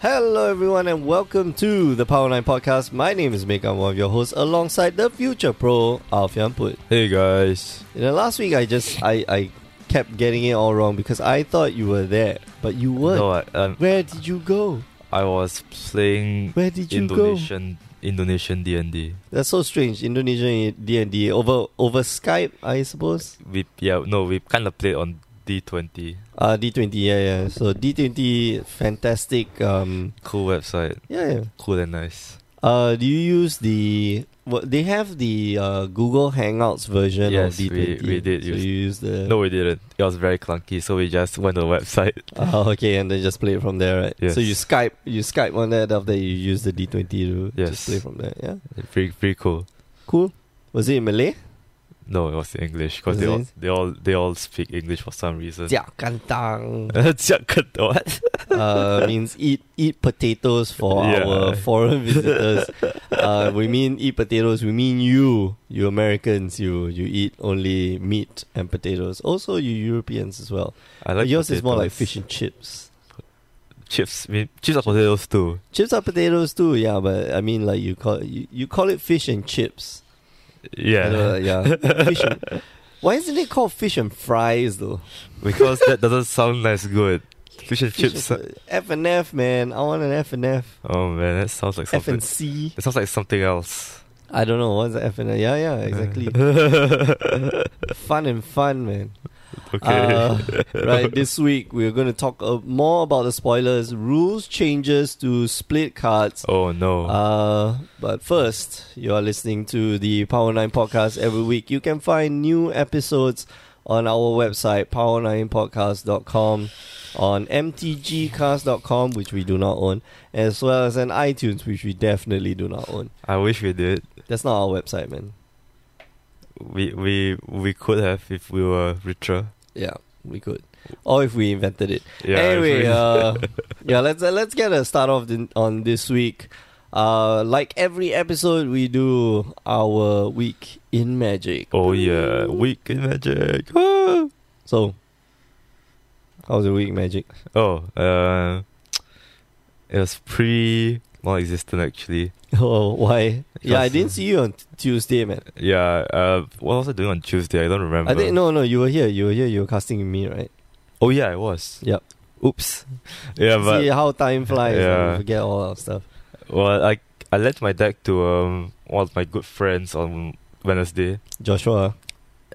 Hello, everyone, and welcome to the Power 9 Podcast. My name is Mick. I'm one of your hosts alongside the future pro, Alfian Put. Hey guys. You know, last week I just, I, I kept getting it all wrong because I thought you were there, but you weren't. No, I, um, Where did you go? I was playing Where did you go? Indonesian Indonesian D and D. That's so strange. Indonesian D&D over, over Skype, I suppose. We yeah no we kind of played on D twenty Uh, D20, yeah, yeah. So D20, fantastic. Um, cool website yeah, yeah. cool and nice. Uh, do you use the? Well, they have the uh, Google Hangouts version Yes, of we- D20. we did So use- you use the. No we didn't. It was very clunky so we just went to the website. Oh, okay, and then just play it from there, right? Yes. So you Skype, you Skype on that. After you use the D twenty to just Yes. play from there. Yeah, Pretty pretty cool. cool. Was it in Malay? No it was English because Was they it? all they all they all speak English for some reason. Jiak kantang Jiak-kut- what? uh, means eat eat potatoes for Yeah. our foreign visitors. uh, we mean eat potatoes. We mean you, you Americans. You you eat only meat and potatoes. Also, you Europeans as well. I But like yours is more like potatoes. fish and chips. chips. I mean, chips are potatoes too. Chips are potatoes too, yeah. But I mean, like you call you, you call it fish and chips. I know, Yeah, like, yeah. fish and, why isn't it called fish and fries though? because that doesn't sound as good. Fish and Fish chips. and- F and F, man. I want an F and F. Oh man, that sounds like F something. and C. It sounds like something else. I don't know what's the F and F. Yeah, yeah, exactly. okay. fun and fun, man. Uh, right, this week we're going to talk uh, more about the spoilers, rules changes to split cards. oh no. Oh. Uh, but first, you are listening to the Power 9 podcast every week. You can find new episodes on our website, power9podcast.com, on mtgcast.com, which we do not own, as well as on iTunes, which we definitely do not own. I wish we did. That's not our website, man. We we we could have if we were richer. Yeah, we could. Or if we invented it. Yeah. if anyway, we- uh, yeah, let's uh, let's get a start off the, on this week. Uh, like every episode, we do our week in magic. oh yeah, weak in magic. Ah. So, how's the week in magic? oh, uh, it was pretty non-existent actually. Oh, why? Yeah, I Because, didn't uh, see you on t- Tuesday, man. Yeah. Uh, what was I doing on Tuesday? I don't remember. I think no, no, you were here. You were here. You were casting with me, right? Oh yeah, I was. Yep. Oops. Yeah, but see how time flies. man. Yeah. We forget all our stuff. Well, I I lent my deck to um one of my good friends on Wednesday. Joshua,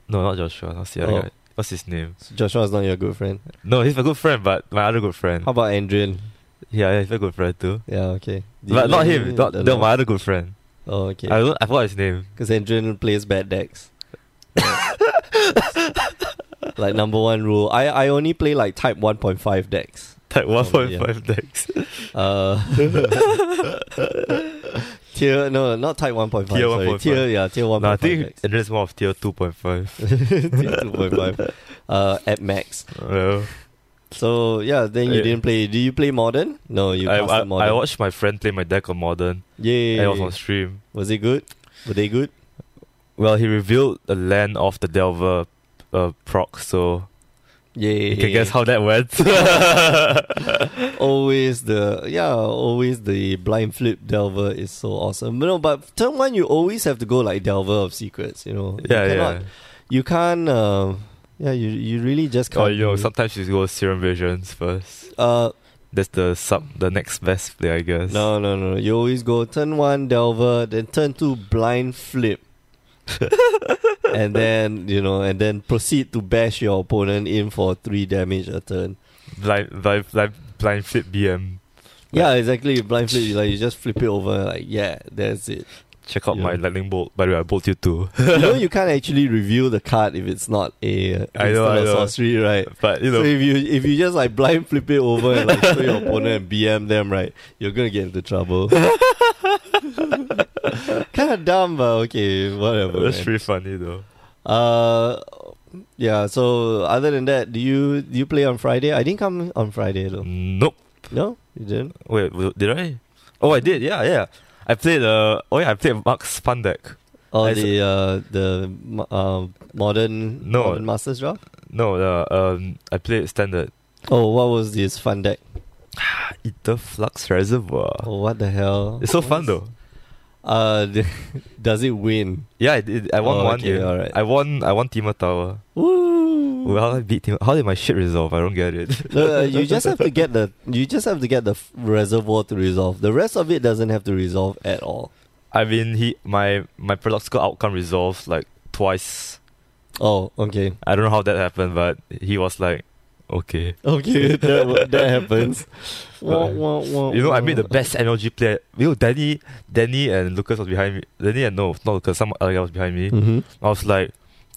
not No, not Joshua. That's the other Oh. guy. What's his name? Joshua's not your good friend. No, he's my good friend, but my other good friend. How about Andrian? Yeah, yeah, he's my good friend too. Yeah, okay. Did but you not let him. Not, alone? no, my other good friend. Oh, okay. I don't. I forgot his name. Because Adrian plays bad decks. like number one rule. I, I only play like type one point five decks. Type one Oh, point yeah. five decks. Uh Tier no not type one point five. Tier sorry. 1.5. Tier yeah, tier one No, I point five think decks. Andrea's more of tier two point five. tier two point five. Uh at max. Well, So yeah, then you Yeah. didn't play do you play modern? No, you I, passed I, the modern. I watched my friend play my deck on modern. Yay. And it was on stream. Was it good? Were they good? Well, he revealed the land of the Delver uh, proc, so Yay. you can guess how that went. always the yeah, always the blind flip delver is so awesome. No, but turn one you always have to go like delver of secrets. You know, yeah, you yeah. you can't. Um, yeah, you you really just can't. Or Oh, you know, do- sometimes you go serum visions first. uh, That's the sub, the next best play, I guess. no, no, no. You always go turn one delver, then turn two blind flip. and then you know, and then proceed to bash your opponent in for three damage a turn. blind, blind, blind, blind flip BM. Yeah, exactly. Blind flip, you like you just flip it over, like yeah, that's it. Check out Yeah. my lightning bolt. By the way, I bolt you too. you know you can't actually reveal the card if it's not a uh, I know, instant I or know. sorcery, right? but you So know, if you if you just like blind flip it over and like show your opponent and BM them, right, you're gonna get into trouble. kind of dumb, but okay, whatever. that's man. pretty funny though. Uh, yeah. So other than that, do you do you play on Friday? I didn't come on Friday though. Nope. No, you didn't. Wait, w- did I? Oh, I did. Yeah, yeah. I played. Uh, oh yeah, I played Mark's fun deck. Or I- the uh the mo- uh, modern No. modern Masters draw. No, uh, um, I played standard. Oh, what was this fun deck? Ether Flux Reservoir. Oh, what the hell? It's so What fun is- though. Uh, d- does it win? Yeah, I, did, I won Oh, one okay, year. alright. I won. I won Tima Tower. Woo! Well, I beat Tima. How did my shit resolve? I don't get it. No, uh, you just have to get the you just have to get the f- reservoir to resolve. The rest of it doesn't have to resolve at all. I mean, he my my paradoxical outcome resolved like twice. Oh, okay, I don't know how that happened, but he was like, okay. okay, that wa- that happens. Wah, But- wah, wah, You know, I made the wah. best energy play. You know, Danny, Danny and Lucas was behind me. Danny and no, not Lucas. Some other guy was behind me. Mhm. I was like,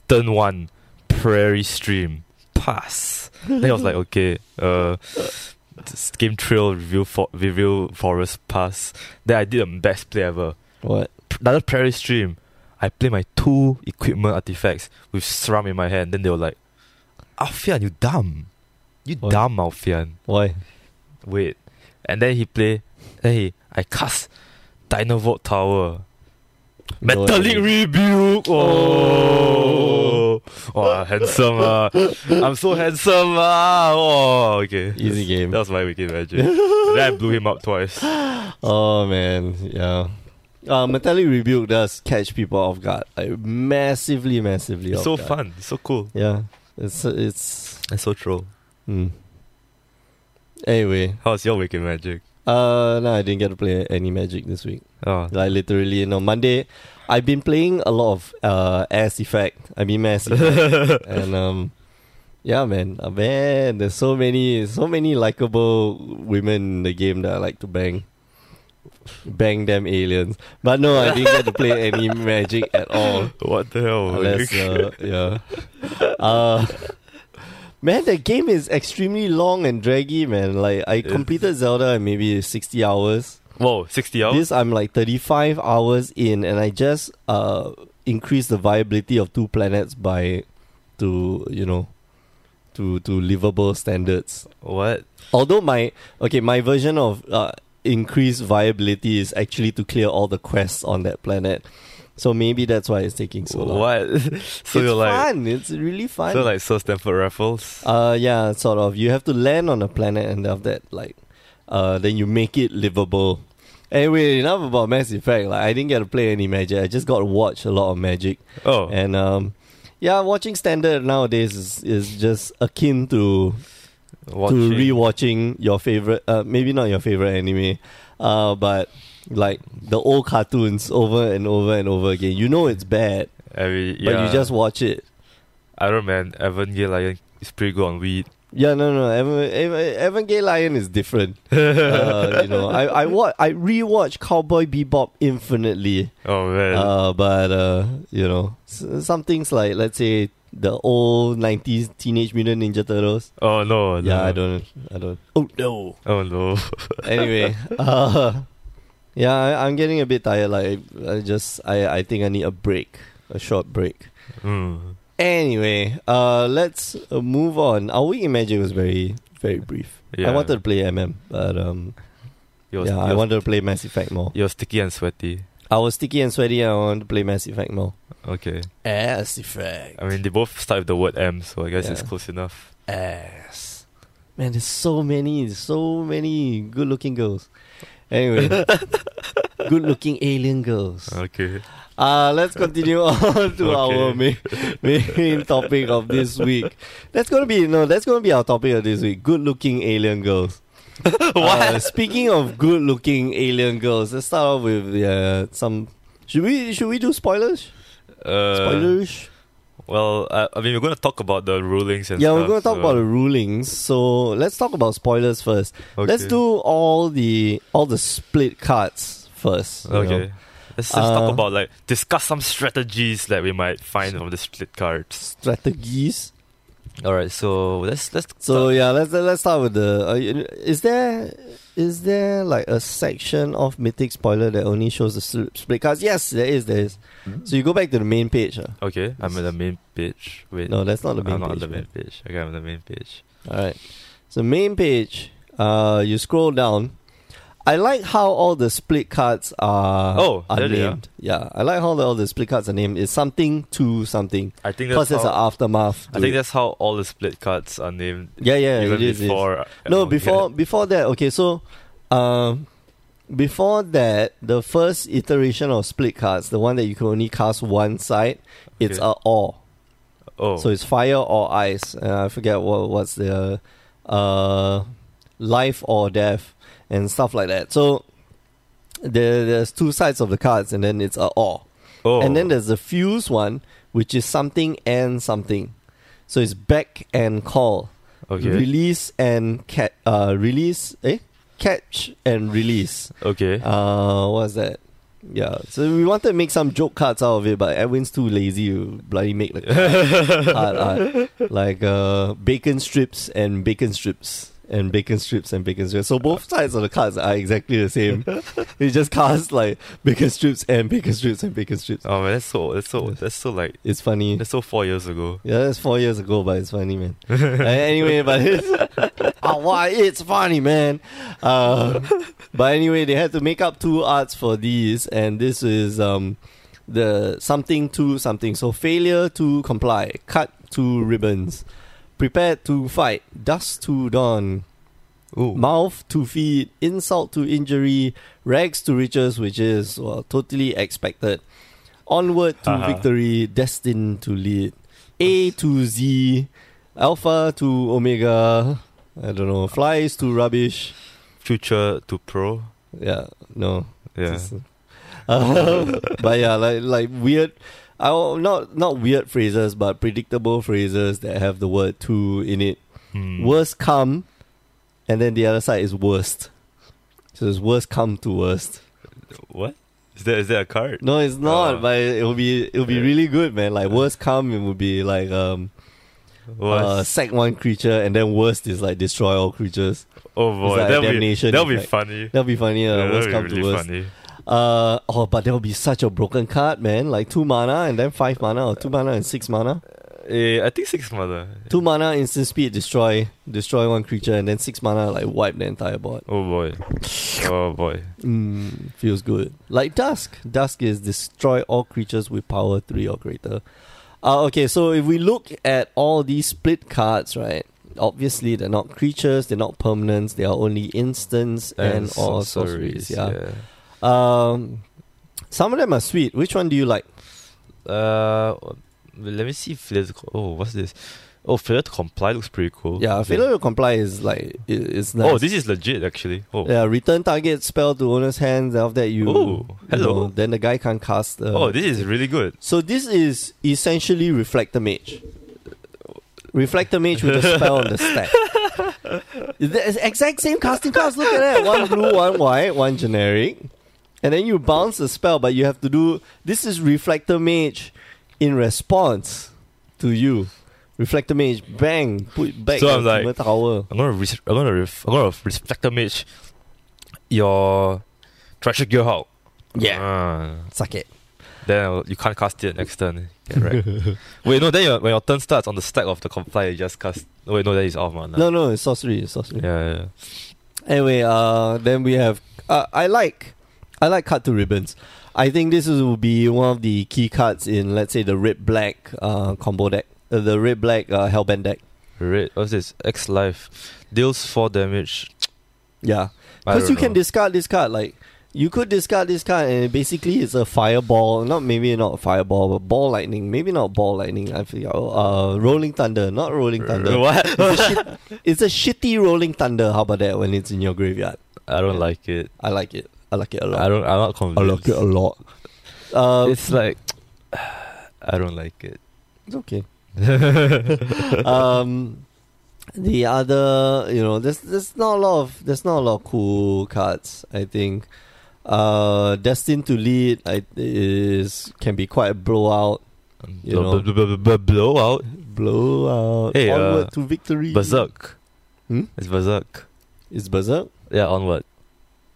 turn one, prairie stream, pass. then I was like, okay, uh, this game trail review for review forest pass. Then I did the best play ever. What? P- Another prairie stream. I play my two equipment artifacts with SRAM in my hand. Then they were like, Alfian, you dumb, you What? dumb Alfian. Why? Wait. And then he play. Then he, I cast Dynavolt Tower. No Metallic idea. rebuke. Oh, Wow, handsome. ah. I'm so handsome. ah. Oh, okay. Easy game. That was my wicked magic. And then I blew him up twice. Oh man, yeah. Uh, metallic rebuke does catch people off guard, like massively, massively. It's off so guard. fun. It's so cool. Yeah, it's it's. It's so troll. Hmm. Anyway, How's your wicked magic? uh, no, I didn't get to play any Magic this week. Oh. Like literally, you know, Monday, I've been playing a lot of uh, Ass Effect. I mean, Mass Effect, and um, yeah, man, uh, man, there's so many, so many likable women in the game that I like to bang, bang them aliens. But no, I didn't get to play any Magic at all. what the hell? Unless, uh, yeah. Uh, man, that game is extremely long and draggy, man. Like, I It's- completed Zelda in maybe 60 hours. Whoa, 60 hours? This, I'm like 35 hours in, and I just uh, increased the viability of two planets by, to, you know, to, to livable standards. what? Although my, okay, my version of uh, increased viability is actually to clear all the quests on that planet. So maybe that's why it's taking so long what? so it's you're like. fun. It's really fun. So like Sir Stanford Raffles. uh, yeah, sort of. You have to land on a planet, and after that, like, uh, then you make it livable. Anyway, enough about Mass Effect. Like, I didn't get to play any Magic. I just got to watch a lot of Magic, oh, and um, yeah, watching standard nowadays is is just akin to watching. to rewatching your favorite, uh, maybe not your favorite anime, uh, but like the old cartoons over and over and over again. You know it's bad, I mean, but yeah. you just watch it. Iron Man, Evangelion is pretty good on weed. Yeah, no, no. Evan, Evan, Evangelion Lion is different. uh, you know, I I wa- I rewatch Cowboy Bebop infinitely, Oh man. uh, but uh, you know, s- some things like let's say the old '90s Teenage Mutant Ninja Turtles. oh no, no. Yeah, I don't, I don't. Oh no. Oh no. Anyway, uh, yeah, I, I'm getting a bit tired. Like, I just, I, I think I need a break, a short break. Mm. Anyway, uh, let's uh, move on. Our week in Magic was very, very brief. Yeah. I wanted to play MM, but um, You're, yeah, I you're- wanted to play Mass Effect more. You're sticky and sweaty. I was sticky and sweaty. and I wanted to play Mass Effect more. Okay. Ass Effect. I mean, they both start with the word M, so I guess it's Yeah. close enough. ass. Man, there's so many, so many good-looking girls. Anyway, good-looking alien girls. Okay. Uh, let's continue on to our Okay. main, main topic of this week. That's gonna be no, that's gonna be our topic of this week. Good-looking alien girls. what? speaking of good-looking alien girls, let's start off with uh, some. Should we should we do spoilers? Uh, spoilers. Well, I, I mean, we're gonna talk about the rulings and Yeah, stuff. we're gonna talk so- about the rulings. So let's talk about spoilers first. Okay. Let's do all the all the split cards first. you know. Okay. Let's just Uh, talk about like discuss some strategies that we might find from the split cards. Strategies. All right, so let's let's So yeah, let's let's start with the. Uh, is there is there like a section of Mythic spoiler that only shows the sl- split cards? Yes, there is. There is. Hmm? So you go back to the main page. Uh. Okay, I'm on the main page. Wait, No, that's not the main I'm not on page. the main page. Okay, I'm on the main page. All right. So main page. Uh, you scroll down. I like how all the split cards are Oh, are there they are. named. Yeah, I like how the, all the split cards are named. It's something to something. I think Because that's there's an how, aftermath. to I think it. that's how all the split cards are named. yeah, yeah. it even is, it is. before uh, oh, No, everyone before get it. before that, okay, so um before that, the first iteration of split cards, the one that you can only cast one side, it's Okay. a awe. Oh, So it's fire or ice. Uh, I forget what what's the uh life or death and stuff like that. So there, there's two sides of the cards and then it's a awe. oh, And then there's the fuse one, which is something and something. So it's back and call okay, release and catch uh release eh catch and release okay, uh what's that yeah so we wanted to make some joke cards out of it but edwin's too lazy to bloody make the card art like uh bacon strips and bacon strips and bacon strips and bacon strips. So both sides of the cards are exactly the same. it just casts like bacon strips and bacon strips and bacon strips. oh man, that's so that's so that's so like It's funny. that's so four years ago. Yeah, that's four years ago, but it's funny, man. Uh, anyway, but it's, oh, why it's funny, man. Uh, but anyway, they had to make up two arts for these, and this is um the something to something. So failure to comply, cut two ribbons, prepared to fight, dust to dawn, Ooh, mouth to feed, insult to injury, rags to riches, which is well totally expected. Onward to Haha. victory, destined to lead. A to Z, Alpha to Omega. I don't know. Flies to rubbish. future to pro. Yeah, no. Yeah, Just- Um, but yeah, like like weird. I will- not not weird phrases, but predictable phrases that have the word to in it. Hmm. Worst come, and then the other side is worst. So it's worst come to worst. What is that? Is that a card? No, it's not. Oh. but it will be it will be Yeah. really good, man. Like Yeah. worst come, it would be like um uh, What? sack one creature, and then worst is like destroy all creatures. oh boy, like a that'll be damnation that'll be effect. funny. That'll be funny. Uh, Yeah, worst that'll come be to really worst. funny. Uh oh, but that would be such a broken card, man. Like two mana and then five mana, or two mana and six mana. Eh, I think six mother. Two mana instant speed destroy destroy one creature, and then six mana like wipe the entire board. Oh boy, oh boy. Mm, feels good. Like Dusk. Dusk is destroy all creatures with power 3 or greater. Uh, okay, so if we look at all these split cards, right? Obviously, they're not creatures, they're not permanents, they are only instants and, or sorceries. Yeah. Um, some of them are sweet. Which one do you like? Uh, let me see if there's. Oh, what's this? Oh, failure to comply looks pretty cool. Yeah, Okay. failure to comply is like i- it's nice. Oh, this is legit actually. Oh, yeah, return target spell to owner's hands. After that, you, Ooh, you hello. know, then the guy can't cast. Uh, oh, this is really good. So this is essentially Reflector Mage. Reflector Mage with a spell on the stack. the exact same casting cards, look at that. One blue, one white, one generic. And then you bounce the spell, but you have to do this is Reflector Mage in response to you. Reflector Mage, bang, put back So your I'm like- Timber tower. I'm gonna res- I'm gonna ref- I'm gonna respect the mage. Your tragic gear hulk. Ah, Suck it. then I'll- you can't cast it next turn. Yeah, right. wait, no. Then your, when your turn starts on the stack of the comply, you just cast. Oh, wait, no, that is off mana. No, no, it's sorcery, it's sorcery. Yeah, yeah. Anyway, uh, then we have. Uh, I like, I like cut to ribbons. I think this is, will be one of the key cards in, let's say, the red black uh, combo deck, uh, the red black uh, hellbent deck. Red. What's this? X life deals four damage. Yeah, I because don't you can know. discard this card. Like you could discard this card, and basically it's a fireball. Not maybe not a fireball, but ball lightning. Maybe not ball lightning. I forget. Uh, rolling thunder, not rolling thunder. What? It's a, shit, it's a shitty rolling thunder. How about that when it's in your graveyard? I don't like it. I like it. I like it a lot. I don't. I'm not convinced. I like it a lot. Uh, It's like I don't like it. it's okay. um, the other, you know, there's there's not a lot of there's not a lot of cool cards. I think uh, destined to lead I, is can be quite a blowout. You Blow- know. bl- bl- bl- bl- blowout. Blowout. Hey, onward uh, to victory. Berserk. Hmm? It's berserk. is berserk Yeah, onward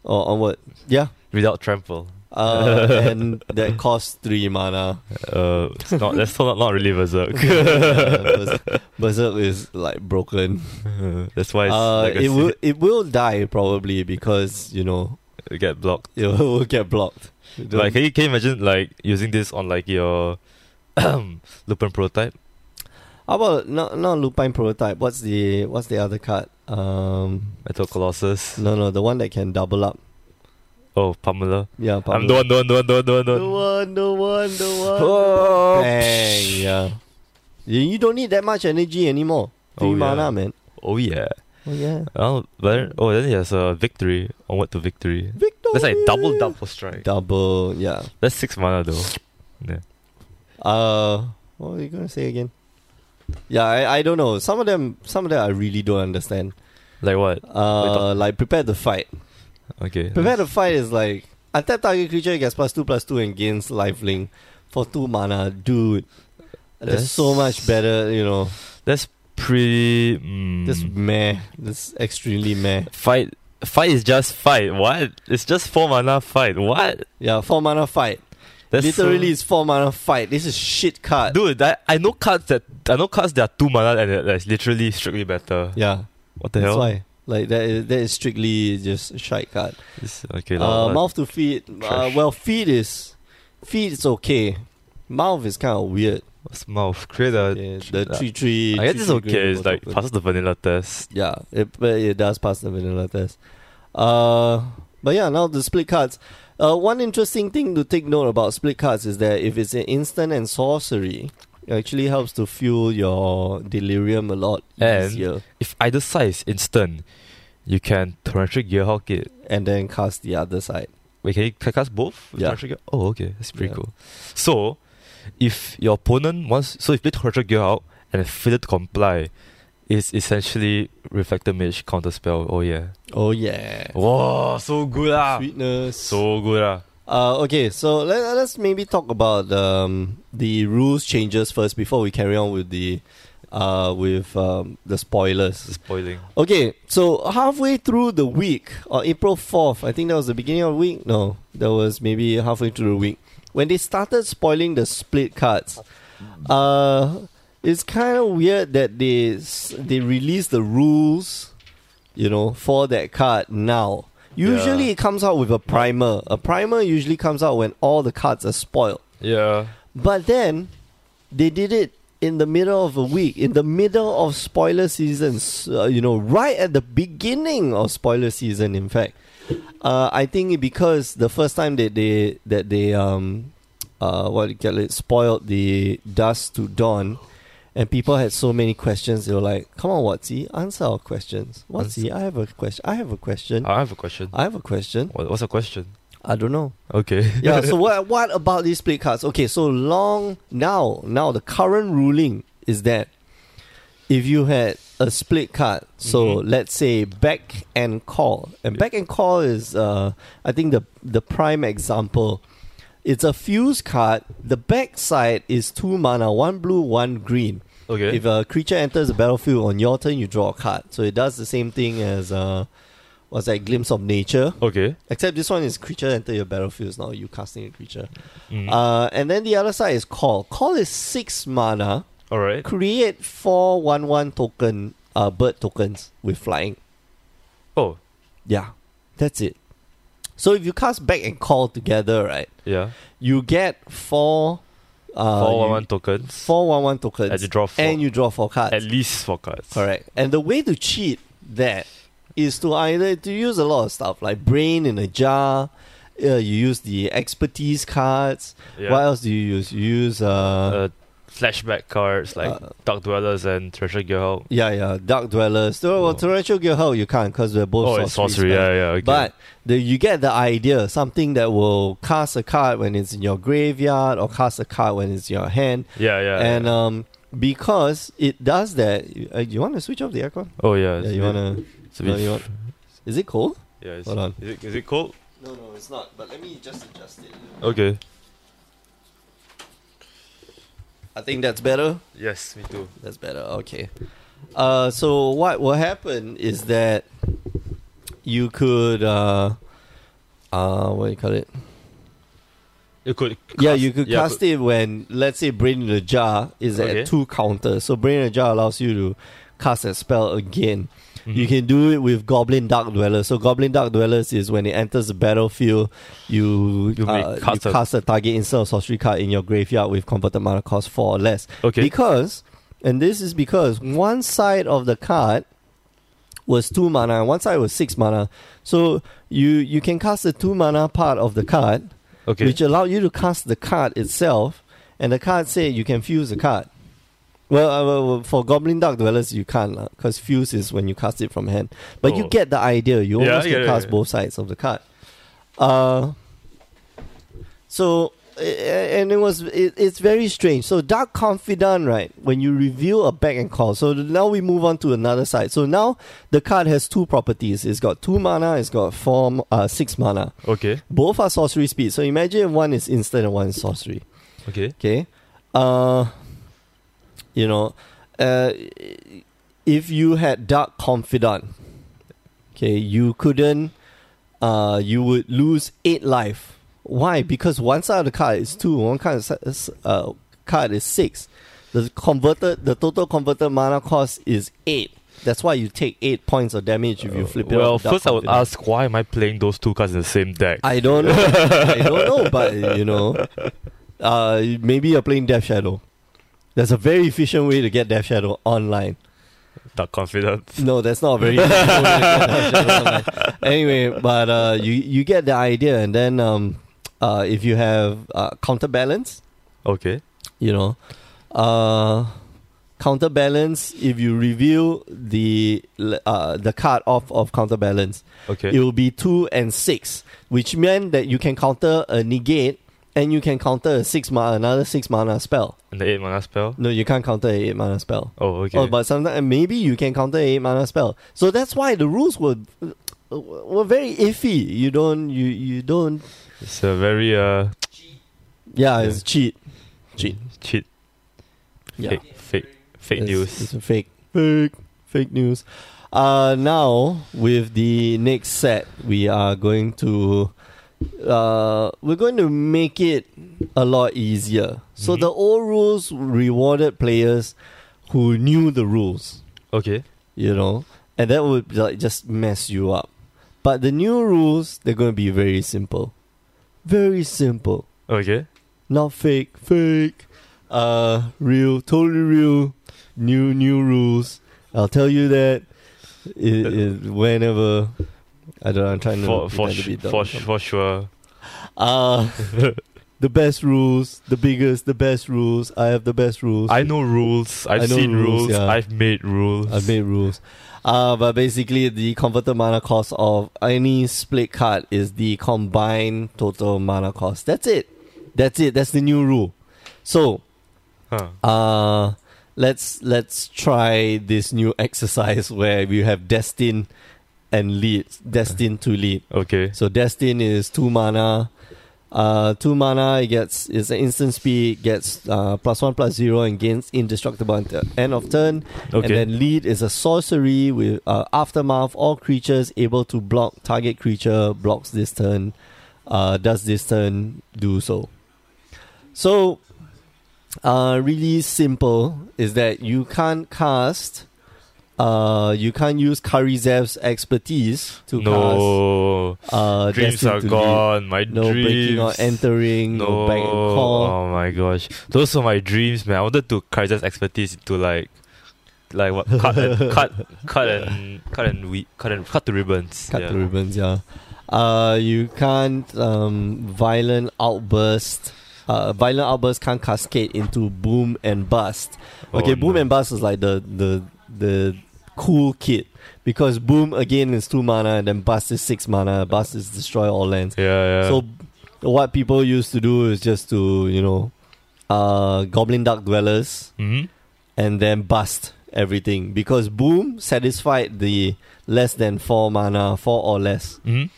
or onward? Yeah. without trample. Uh, and that costs three mana. Uh, it's not. That's not not really berserk. Yeah, Bers- berserk is like broken. that's why it's Uh, like a it se- will it will die probably because you know get blocked. It will will get blocked. Don't- Like, can you can you imagine like using this on like your Lupin prototype? How about not not Lupine prototype? What's the what's the other card? Um, Metal Colossus. no, no, the one that can double up. Oh, Pamela. Yeah, I'm the one, the one, the one, the one, the one, the The one. one, the one, the one. Oh, Bang, yeah. You, you don't need that much energy anymore. Three Oh, yeah. mana, man. oh yeah. Oh yeah. Oh, but then- oh, then he has a victory. Onward to victory. Victory. That's like double double strike. Double, yeah. That's six mana though. Uh, what were you gonna say again? Yeah, I, I don't know. Some of them, some of them, I really don't understand. Like what? Uh, like prepare to fight. Okay. Prepare to fight is like untap target creature gets plus two plus two and gains lifelink for two mana, dude. That's, That's- so much better, you know. That's pretty. Mm, This meh, this extremely meh. fight. Fight is just fight. What? It's just four mana fight. What? Yeah, four mana fight. That's Literally, so- it's four mana fight. This is shit card. dude. I, I know cards that I know cards that are two mana and that- that's literally strictly better. Yeah, What the that's hell? why. Like that is, that is strictly just shite card. This- okay, uh, lah, lah. mouth to feet. Uh, Trash. well, feet is feet is okay. Mouth is kind of weird. What's mouth? Create a. Yeah, the uh, three three. I guess it's three, three green okay. It's was like open. passes the vanilla test. Yeah, it but it does pass the vanilla test. Uh, but yeah, now the split cards. Uh, one interesting thing to take note about split cards is that if it's an instant and sorcery, it actually helps to fuel your delirium a lot And- easier, If either side is instant, you can torrential gearhawk it. and then cast the other side. Wait, can you ca- cast both? with Yeah. Torrential Gear- Oh, okay. That's pretty Yeah. cool. So, if your opponent wants, so if they torrential gearhawk and fail to comply, it's essentially reflector mage counter spell. Oh yeah. Oh yeah, Wow, so good ah. sweetness. So good ah. Uh, okay, so let, let's maybe talk about um, the rules changes first before we carry on with the uh, with um, the spoilers. Spoiling. Okay, so halfway through the week, or April fourth, I think that was the beginning of the week. No, that was maybe halfway through the week when they started spoiling the split cards. Uh, it's kind of weird that they s- they release the rules, you know, for that card now. Usually Yeah. it comes out with a primer. A primer usually comes out when all the cards are spoiled. Yeah. But then they did it in the middle of a week, in the middle of spoiler season, s- uh, you know, right at the beginning of spoiler season. In fact, uh, I think it because the first time that they that they um uh what do you call it spoiled the dusk to dawn. And people had so many questions. They were like, "Come on, Watsy, answer our questions." Watsy, I have a question. I have a question. I have a question. I have a question. What, what's a question? I don't know Okay. yeah. So what what about these split cards? Okay, so long now now the current ruling is that if you had a split card, so Mhm. let's say back and call, and back and call is uh, I think the the prime example. It's a fuse card. The back side is two mana, one blue, one green. okay. If a creature enters the battlefield on your turn, you draw a card. So it does the same thing as uh, what's that? Glimpse of Nature. okay. Except this one is creature enter your battlefield. It's not you casting a creature. Mm. Uh, and then the other side is call. Call is six mana. All right. Create four one one token uh, bird tokens with flying. Oh, Yeah, that's it. So if you cast back and call together, right, yeah. you get four. Uh, Four one you- one tokens. four 1/1 tokens, And you draw four. and you draw four cards. At least four cards. Correct. And the way to cheat that is to either to use a lot of stuff like brain in a jar. Uh, you use the expertise cards. Yeah. What else do you use? You use uh, uh, flashback cards like Uh, Dark Dwellers and Treasure Girl. yeah yeah dark dwellers. So, well, Oh. torrential Guildhall you can't because they're both Oh, sorcery. it's sorcery. spells. Yeah, yeah. Okay. But the, you get the idea. Something that will cast a card when it's in your graveyard or cast a card when it's in your hand. yeah, yeah. and yeah. um, because it does that, uh, you want to switch off the aircon? oh Yeah, yeah. it's you a bit- wanna. it's a bit no, you want- f- Is it cold? Yeah. It's, Hold on. Is it, is it cold? No, no, it's not. But let me just adjust it. Okay. I think that's better. Yes, me too. That's better. Okay. Uh, so what will happen is that you could uh, uh, what do you call it? You could. Cast, yeah, you could cast could- it when let's say Brain in the Jar is Okay. at two counters. So Brain in the Jar allows you to cast that spell again. Mm-hmm. You can do it with Goblin Dark Dwellers. So Goblin Dark Dwellers is when it enters the battlefield, you, You may uh, you cast a- cast a target instead of sorcery card in your graveyard with converted mana cost four or less. Okay. Because, and this is because one side of the card was two mana, and one side was six mana. So you you can cast the two mana part of the card, okay. which allowed you to cast the card itself, and the card said you can fuse the card. Well, uh, well, well, for Goblin Dark Dwellers, you can't, because fuse is when you cast it from hand. But you Oh. get the idea. You Yeah, almost yeah, can yeah, cast yeah. both sides of the card. Uh, so, a- a- and it was, it, it's very strange. So, Dark Confidant, right, when you reveal a back and call, so now we move on to another side. So now the card has two properties. It's got two mana, it's got four, uh, six mana okay. both are sorcery speed. So imagine if one is instant and one is sorcery. Okay. Okay. Uh you know, uh if you had dark confidant, okay, you couldn't uh you would lose eight life. Why? Because one side of the card is two, one card is, is, uh, card is six. The converted the total converted mana cost is eight. That's why you take eight points of damage if you flip it. Oh, Uh, well, off with Dark first I would Confidant. ask why am I playing those two cards in the same deck? I don't know. I don't know, but you know, uh, maybe you're playing Death Shadow. There's a very efficient way to get Death Shadow online. Dark confidence. No, that's not a very efficient way to get Death Shadow online. Anyway, but uh, you you get the idea, and then um, uh, if you have uh, counterbalance, Okay. you know, uh, counterbalance. If you reveal the uh, the card off of counterbalance, Okay. it will be 2 and 6 which meant that you can counter a negate and you can counter a 6 mana another 6 mana spell and the eight mana spell. no you can't counter a 8 mana spell Oh, okay. oh, but sometimes maybe you can counter a 8 mana spell so that's why the rules were were very iffy you don't you you don't it's a very uh yeah, it's cheat cheat cheat. yeah Fake, fake, fake it's, news. it's a fake fake fake news uh now with the next set we are going to uh we're going to make it a lot easier so Mhm. the old rules rewarded players who knew the rules okay. you know and that would like just mess you up but the new rules they're going to be very simple very simple Okay. not fake, fake, uh, real, totally real, new, new rules. I'll tell you that i i whenever. I don't know, I'm trying to, For for pretend to su- be dumb for or su- something. for sure. Uh, the best rules, the biggest, the best rules. I have the best rules. I know rules. I've I know seen rules, rules. yeah. I've made rules. I've made rules. Uh, but basically, the converted mana cost of any split card is the combined total mana cost. That's it. That's it. That's the new rule. So, Huh. Uh let's let's try this new exercise where we have destined and lead destined to lead. Okay. So destined is two mana. Uh two mana it gets is an instant speed, gets uh plus one plus zero and gains indestructible until end of turn. And Okay. then lead is a sorcery with uh, aftermath. All creatures able to block target creature blocks this turn. Uh, does this turn do so? So, uh, really simple is that you can't cast. Uh, you can't use Karizev's expertise to no. cast. Uh, dreams Destined are to Lead. gone. My No dreams. breaking or entering. No, No. back and call. Oh my gosh. Those were my dreams, man. I wanted to Kaiser's expertise into like like what cut and cut cut and cut and we cut and cut the ribbons. cut yeah. the ribbons yeah uh you can't um violent outburst uh violent outburst can't cascade into boom and bust okay Oh, boom no. and bust is like the the the cool kid because boom again is two mana and then bust is six mana bust is destroy all lands Yeah, yeah. so what people used to do is just to you know uh goblin dark dwellers Mhm. and then bust everything because boom satisfied the less than four mana, four or less. Mhm.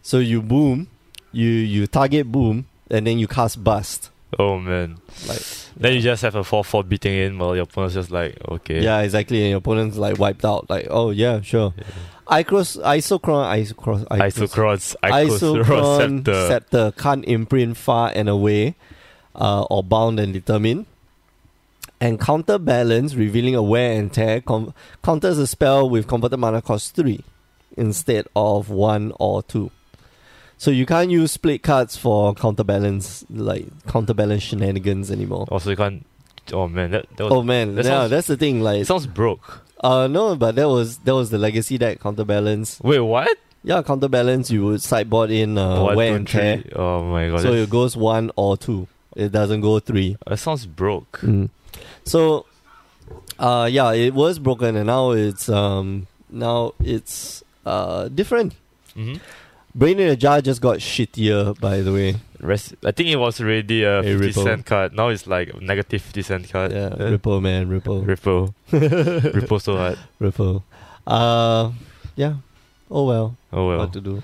So you boom, you you target boom, and then you cast bust. Oh man. Like Then you just have a 4 4 beating in while your opponent's just like, okay. yeah, exactly, and your opponent's like wiped out. Like oh yeah, sure. Yeah. Icros, isocron, isocron, Isocrons, Icosrods isocron scepter. scepter can't imprint far and away, uh, or bound and determine. and counterbalance, revealing a wear and tear, com- counters a spell with converted mana cost three instead of one or two. So you can't use split cards for counterbalance, like counterbalance shenanigans anymore. Also, you can't. Oh man, that, that was, Oh man, that yeah, sounds- that's the thing. it Like, sounds broke. uh, no, but that was that was the legacy deck counterbalance. Wait, what? Yeah, counterbalance. You would sideboard in uh, One, wear two, and tear, three. Oh my god, so that's- it goes one or two. It doesn't go three. that sounds broke. Mm. So, uh, yeah, it was broken, and now it's um, now it's uh, different. Mhm. Brain in a jar just got shittier, by the way. Rest, I think it was already a A fifty ripple. cent card. Now it's like negative fifty cent card. yeah, Uh, ripple man, ripple, ripple, ripple so hard. ripple. Uh, yeah. Oh well, Oh well. what to do?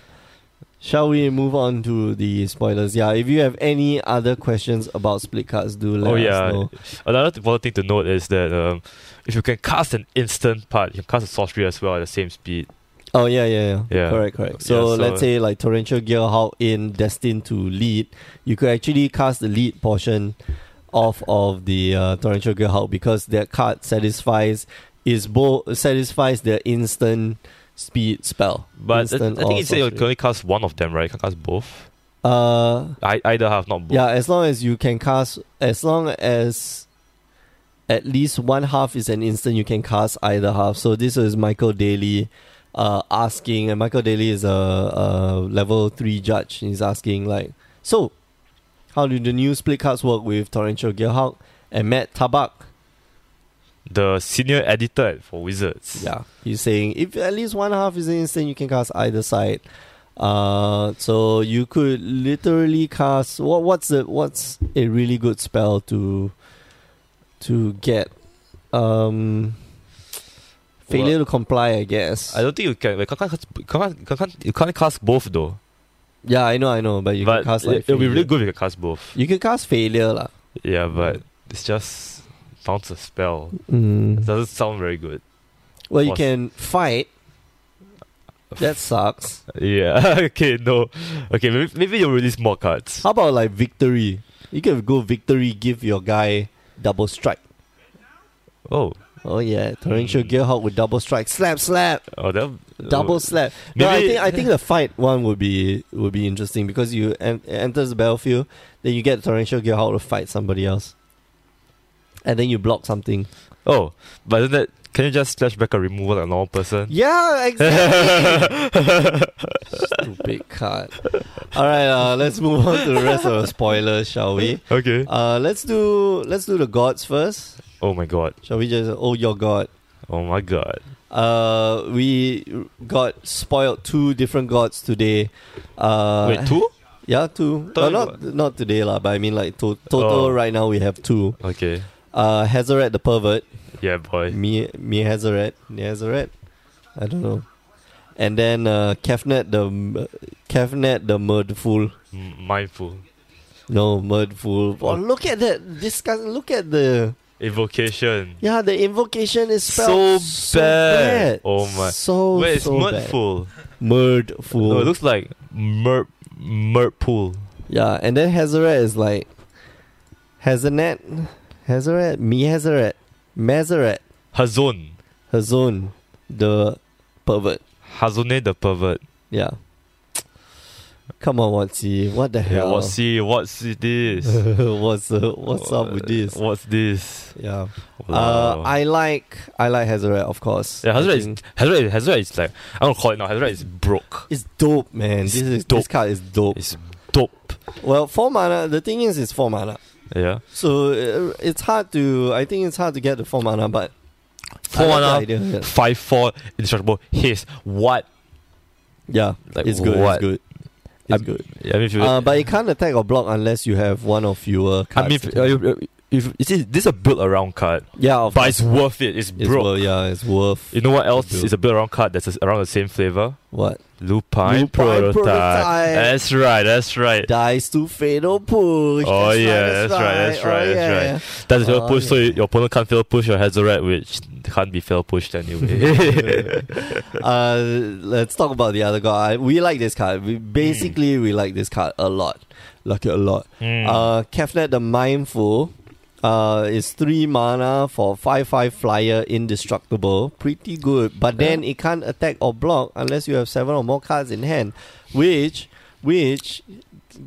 Shall we move on to the spoilers? Yeah, if you have any other questions about split cards, do let Oh, us yeah. know. Another important thing to note is that um, if you can cast an instant part, you can cast a sorcery as well at the same speed. Oh yeah, yeah, yeah. Yeah. Correct, correct. So, Yeah, so- let's say like torrential gear how in destined to lead, you could actually cast the lead portion off of the uh, torrential gear how because that card satisfies is both satisfies the instant speed spell. But I, I Instant or think you said you can sorcery. only cast one of them, right? You can cast both. Uh, I either have not both. yeah. As long as you can cast, as long as at least one half is an instant, you can cast either half. So this is Michael Daly uh, asking, and Michael Daly is a, a level three judge. He's asking like, so how do the new split cards work with Torrential Gearhawk and Matt Tabak? The senior editor for Wizards. Yeah, he's saying if at least one half is an instant, you can cast either side. Uh, so you could literally cast what? What's the what's a really good spell to to get? Um, failure to comply, I guess. I don't think you can. Like, you, can't cast, you, can't, you, can't, you can't cast both though. yeah, I know, I know, but you but can cast like it, will be really failure. good if you can cast both. You can cast failure, lah. Yeah, but it's just bounce a spell. Mm. doesn't sound very good. Well, you Pause. can fight. That sucks. Yeah. okay. No. Okay. Maybe, maybe you'll release more cards. How about like victory? You can go victory, give your guy double strike. Oh. Oh yeah, torrential Hmm. gearhawk with double strike, slap, slap, Oh. That, double slap. No, I Maybe- think I think the fight one would be would be interesting because you en- enters the battlefield, then you get torrential gearhawk to fight somebody else, and then you block something. Oh. But then that can you just slash back a removal like a normal person? Yeah, exactly. Stupid card. All right, uh, let's move on to the rest of the spoilers, shall we? okay. Uh, let's do let's do the gods first. Oh my god. Shall we just oh your god? Oh my god. Uh, we got spoiled two different gods today. Uh, Wait. Two. Yeah, two. Thought Uh, you not not today lah, but I mean like to- total Oh. right now we have two. Okay. Uh, Hazaret the pervert, Yeah, boy. me me Hazaret, me Hazaret. I don't know. And then uh, Kefnet the m- Kefnet the murdful. M- mindful No murdful. Oh, look at that! Discuss. Look at the evocation. yeah. The invocation is So spelled bad. Oh my- So Wait, it's so murdful. bad. Murdful. Oh, it looks like merp merpool. Yeah, and then Hazaret is like Hazanet, Hazaret, me Hazaret, Mazaret, Hazon. Hazon, the pervert. Hazone the pervert. Yeah. Come on, Watsi, what the Yeah, hell? what's he? What's this? what's uh, what's up with this? What's this? Yeah. Uh, Wow. I like I like Hazaret, of course. Yeah, I Hazrat is, think Hazrat, Hazrat is like I don't call it now. Hazrat is broke. it's dope, man. It's this is this dope. card is dope. It's dope. well, four mana. The thing is, it's four mana, Yeah, so uh, it's hard to. I think it's hard to get the four mana, but four I like the mana, idea, yeah. five four indestructible. His what? Yeah, Like, it's good. what? It's good. It's I'm- good. Yeah, I mean, if you, Uh, but it can't attack or block unless you have one or fewer I cards. mean, if, uh, if, if, you see, this is a built around card, yeah, of but course. it's worth it. It's It's broke. worth- yeah, it's worth You know what else Built. is a built around card that's around the same flavor? what Lupine, Lupine prototype. Prototype. That's right. That's right. dies to fatal push. Oh, That's yeah, right, that's right, that's right, oh, that's yeah. That's your Oh, push, so yeah. your opponent can't fail push your Hazoret, which can't be fail pushed oh, anyway. Uh, let's talk about the other guy. We like this card. We, basically, we like this card a lot. Like it a lot. Hmm. Uh, Kefnet the Uh, Mindful. uh, is three mana for five five flyer indestructible. Pretty good, but then it can't attack or block unless you have seven or more cards in hand, which which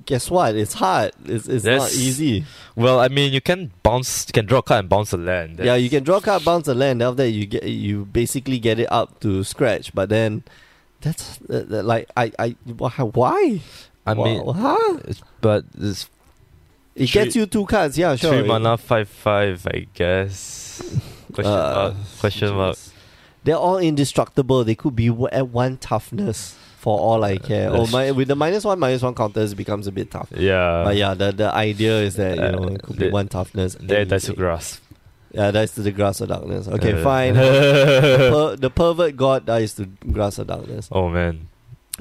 guess what? It's hard. It's it's not Yes. easy. Well, I mean, you can bounce, you can draw a card and bounce the land. yeah, you can draw card, bounce a land. After that, you get you basically get it up to scratch, but then. That's uh, uh, like I I wh- why I mean, Wha- huh? it's- but it's it Three- gets you two cards yeah sure three It- mana, five five, I guess. Question Uh, mark. Question mark. Jeez. They're all indestructible. They could be w- at one toughness for all I care. Uh, Or my, with the minus one, minus one counters it becomes a bit tough. Yeah. but yeah, the, the idea is that you know it could be Uh, one toughness. There, that's the anything. grass. Yeah, dice to the grass of darkness. Okay, Uh, fine. per, the pervert god dies to grass of darkness. oh man.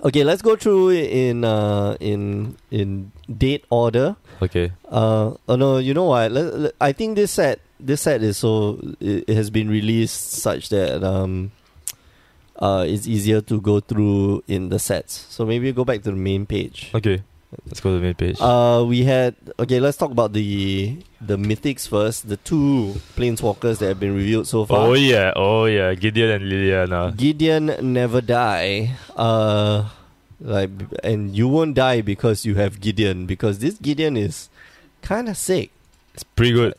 Okay, let's go through it in uh in in date order. Okay. Uh oh no, you know what? Let, let- I think this set this set is so it, it has been released such that um uh it's easier to go through in the sets. So maybe go back to the main page. Okay. Let's go to the main page. Uh we had okay, let's talk about the the mythics first, the two planeswalkers that have been revealed so far. oh yeah. Oh yeah. Gideon and Liliana. Gideon never die. Uh like and you won't die because you have Gideon because this Gideon is kind of sick. It's pretty good.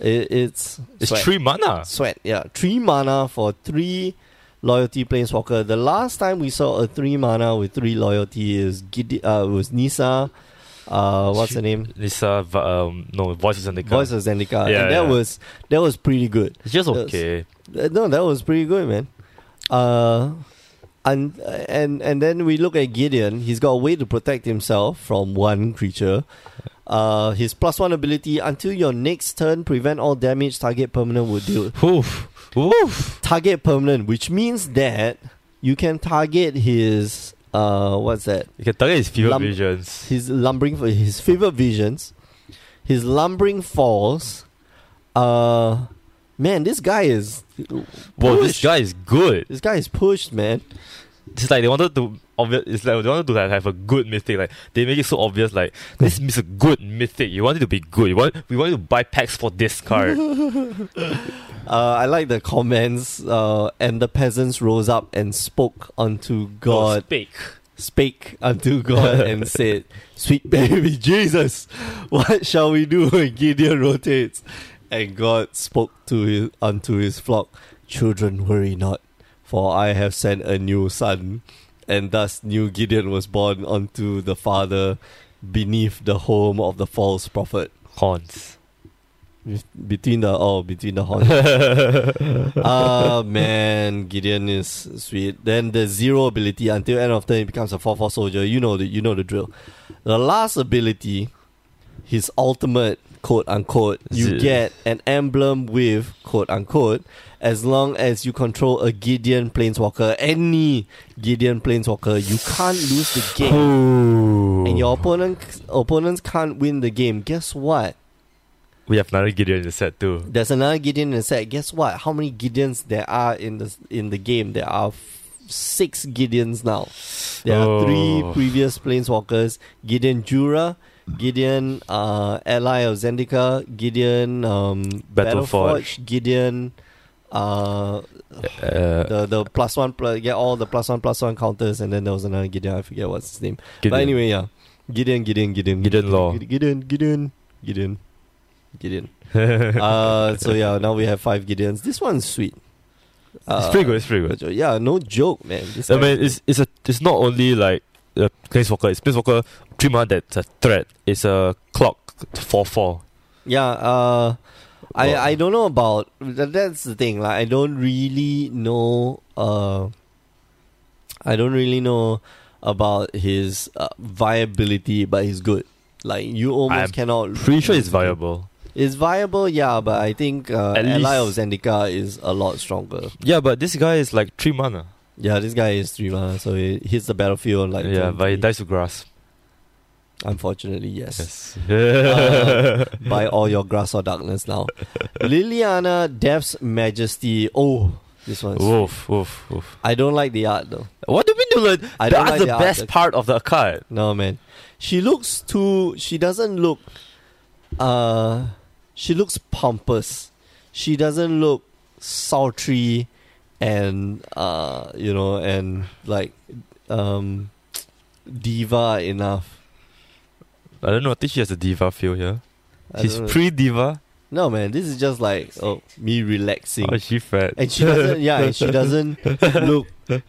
It, it's It's sweat. three mana. Sweat, yeah. Three mana for three loyalty planeswalker. The last time we saw a three mana with three loyalty is Gide- uh, was Nisa. Uh, what's She- her name? Lisa. va- Um. No. Voices and the card. Voice of Zendikar. Yeah, and that yeah. was that was pretty good. It's just Yes. okay. Uh, No, that was pretty good, man. Uh, and and and then we look at Gideon. He's got a way to protect himself from one creature. Uh, his plus one ability until your next turn, prevent all damage target permanent would deal. Woof. Woof. target permanent, which means that you can target his uh what's that? You can target his fever Lump- visions. His lumbering for his fever visions, his lumbering falls. Uh man, this guy is Whoa, this Push. guy is good. this guy is pushed, man. It's like they wanted to obvious. It's like they wanted to like, have a good mythic. Like they make it so obvious. Like this is a good mythic. You want it to be good. You want we want you to buy packs for this card. Uh, I like the comments. Uh, and the peasants rose up and spoke unto Oh, God, Speak. spake unto God, and said, "Sweet baby Jesus, what shall we do when Gideon rotates?" And God spoke to his, unto his flock, "Children, worry not, for I have sent a new son." And thus, new Gideon was born unto the father, beneath the home of the false prophet, Horns. With- between the oh, between the horns. uh, Ah man, Gideon is sweet. Then the zero ability until end of turn it becomes a four four soldier. You know the you know the drill. The last ability, his ultimate quote unquote, you Z- get an emblem with quote unquote, as long as you control a Gideon planeswalker, any Gideon planeswalker, you can't lose the game. And your opponent opponents can't win the game. Guess what? we have another Gideon in the set too. There's another Gideon in the set. Guess what? How many Gideons there are in the in the game? There are f- six Gideons now. There are three Oh. previous planeswalkers: Gideon Jura, Gideon uh, Ally of Zendika, Gideon um, Battleforge. Battleforge, Gideon uh, Uh, the the plus one pl- get all the plus one plus one counters, and then there was another Gideon. I forget what's his name. Gideon. But anyway, yeah, Gideon, Gideon, Gideon, Gideon Law. Gideon, Gideon, Gideon, Gideon uh, so yeah, now we have five Gideons. This one's sweet. it's pretty good. It's pretty good. Yeah, no joke, man. This I guy- mean, it's it's a it's not only like a planeswalker. It's planeswalker three mana that's a threat. It's a clock four four. yeah. Uh, I Well- I don't know about that, that's the thing. Like I don't really know. Uh, I don't really know about his uh, viability, but he's good. Like you almost I'm cannot. Pretty sure it's viable. It's viable, yeah, but I think uh, At Ally of least- Zendika is a lot stronger. Yeah, but this guy is like three mana. Yeah, this guy is three mana, so he hits the battlefield on like yeah, turn but he three. dies to grass. Unfortunately, yes. Yes. Uh, By all your grass or darkness now. Liliana Death's Majesty. Oh, this one's. woof, woof, woof. I don't like the art though. What do we do? Like, I that's don't like the, the art, best the- part of the card. No man. She looks too she doesn't look uh she looks pompous. She doesn't look sultry and uh you know and like um diva enough. I don't know. I think she has a diva feel here. I She's don't know. pre diva. No man, this is just like oh me relaxing. Oh, is she fat. and she doesn't yeah, and she doesn't look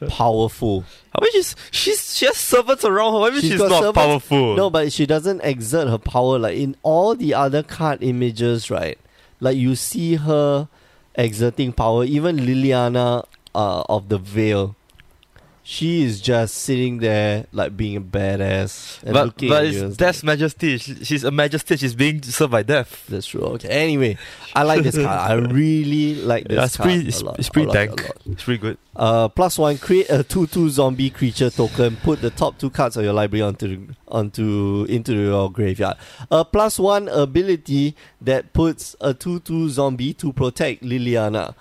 powerful. I mean, she's she's she has servants around her. I mean, She's she's, got not servants. powerful. No, but she doesn't exert her power like in all the other card images, right? Like you see her exerting power. Even Liliana uh, of the Veil, she is just sitting there like being a badass and but looking but at you. it's, It's that's like, majesty. She, she's a majesty. She's being served by death. that's true. Okay. Anyway, I like this card. I really like this Yeah, it's card. pretty- a it's- lot. it's pretty I like it a dank. lot. It's pretty good. Uh, plus one, create a two-two zombie creature token. Put the top two cards of your library onto onto into your graveyard. A plus one ability that puts a two-two zombie to protect Liliana.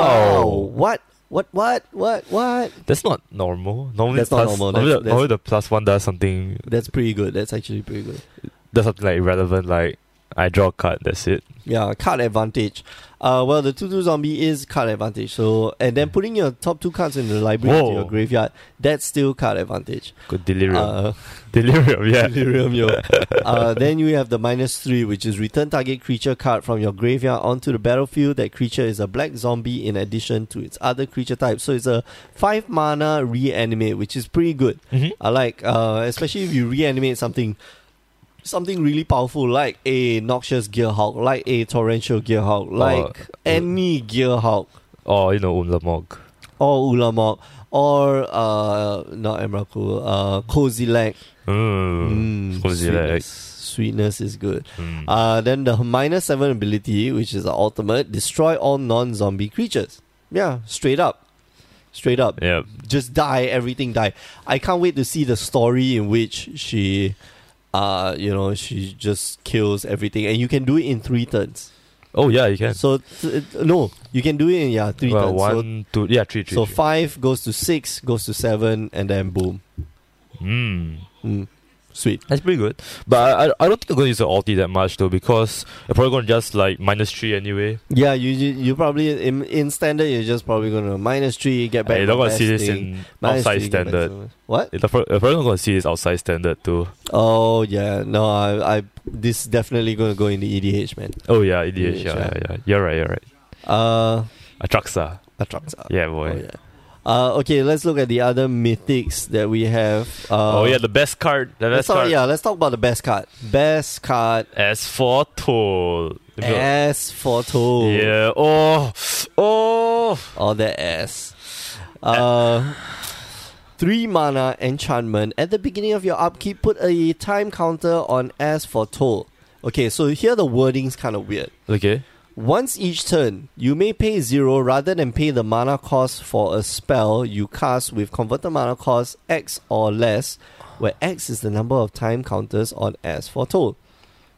What? What? What? What? What? that's not normal. Normally, That's not plus, normal. Normally, That's- the- normally the plus one does something. That's pretty good. That's actually pretty good. Does something like irrelevant. Like I draw a card. That's it. Yeah, card advantage. Uh, well, the two-two zombie is card advantage. So, and then putting your top two cards in the library into Whoa. your graveyard, that's still card advantage. Good delirium. Uh, delirium. Yeah. Delirium, yo. uh, then you have the minus three, which is return target creature card from your graveyard onto the battlefield. That creature is a black zombie in addition to its other creature type. So it's a five mana reanimate, which is pretty good. Mhm. I like, uh, especially if you reanimate something. Something really powerful like a Noxious Gearhawk, like a Torrential Gearhawk, like any Gearhawk Or you know, Unlamog. or Ulamog or uh not Emrakul, uh Kozilek. Mm. Mm, Kozilek. sweetness. sweetness is good. Mm. Uh, then the minus seven ability, which is the ultimate, destroy all non-zombie creatures. Yeah, straight up, straight up, yeah. just die. Everything die. I can't wait to see the story in which she, uh, you know, she just kills everything, and you can do it in three turns. Oh yeah, you can. So th- no, you can do it in yeah three well, turns. so one, two, yeah, three, three. so three. five goes to six, goes to seven, and then boom, Mm. Mm. sweet. That's pretty good. But I, I- I don't think I'm going to use the ulti that much though because I'm probably going to just like minus three anyway. Yeah, you you, you probably in, in standard you're just probably gonna minus three get back. You're not my going to see best this thing. in Minus outside three, get back standard. to my- What? You're prob- you're probably not going to see this outside standard too. Oh yeah, no, I, I this definitely gonna go in the EDH man. Oh yeah, EDH. EDH, yeah. Yeah, yeah, yeah. You're right. You're right. Uh, Atraxa. Atraxa. Yeah, Oh, boy. yeah. Uh, okay, let's look at the other mythics that we have. Uh, oh yeah, the best card. The let's best talk, card. yeah, let's talk about the best card. Best card As for Toll. S for two. Yeah. Oh. Oh. All the S. Uh, three mana enchantment. At the beginning of your upkeep, put a time counter on S for toll. Okay, so here the wording's kind of weird. Okay. Once each turn, you may pay zero rather than pay the mana cost for a spell you cast with converted mana cost X or less, where X is the number of time counters on S for toll.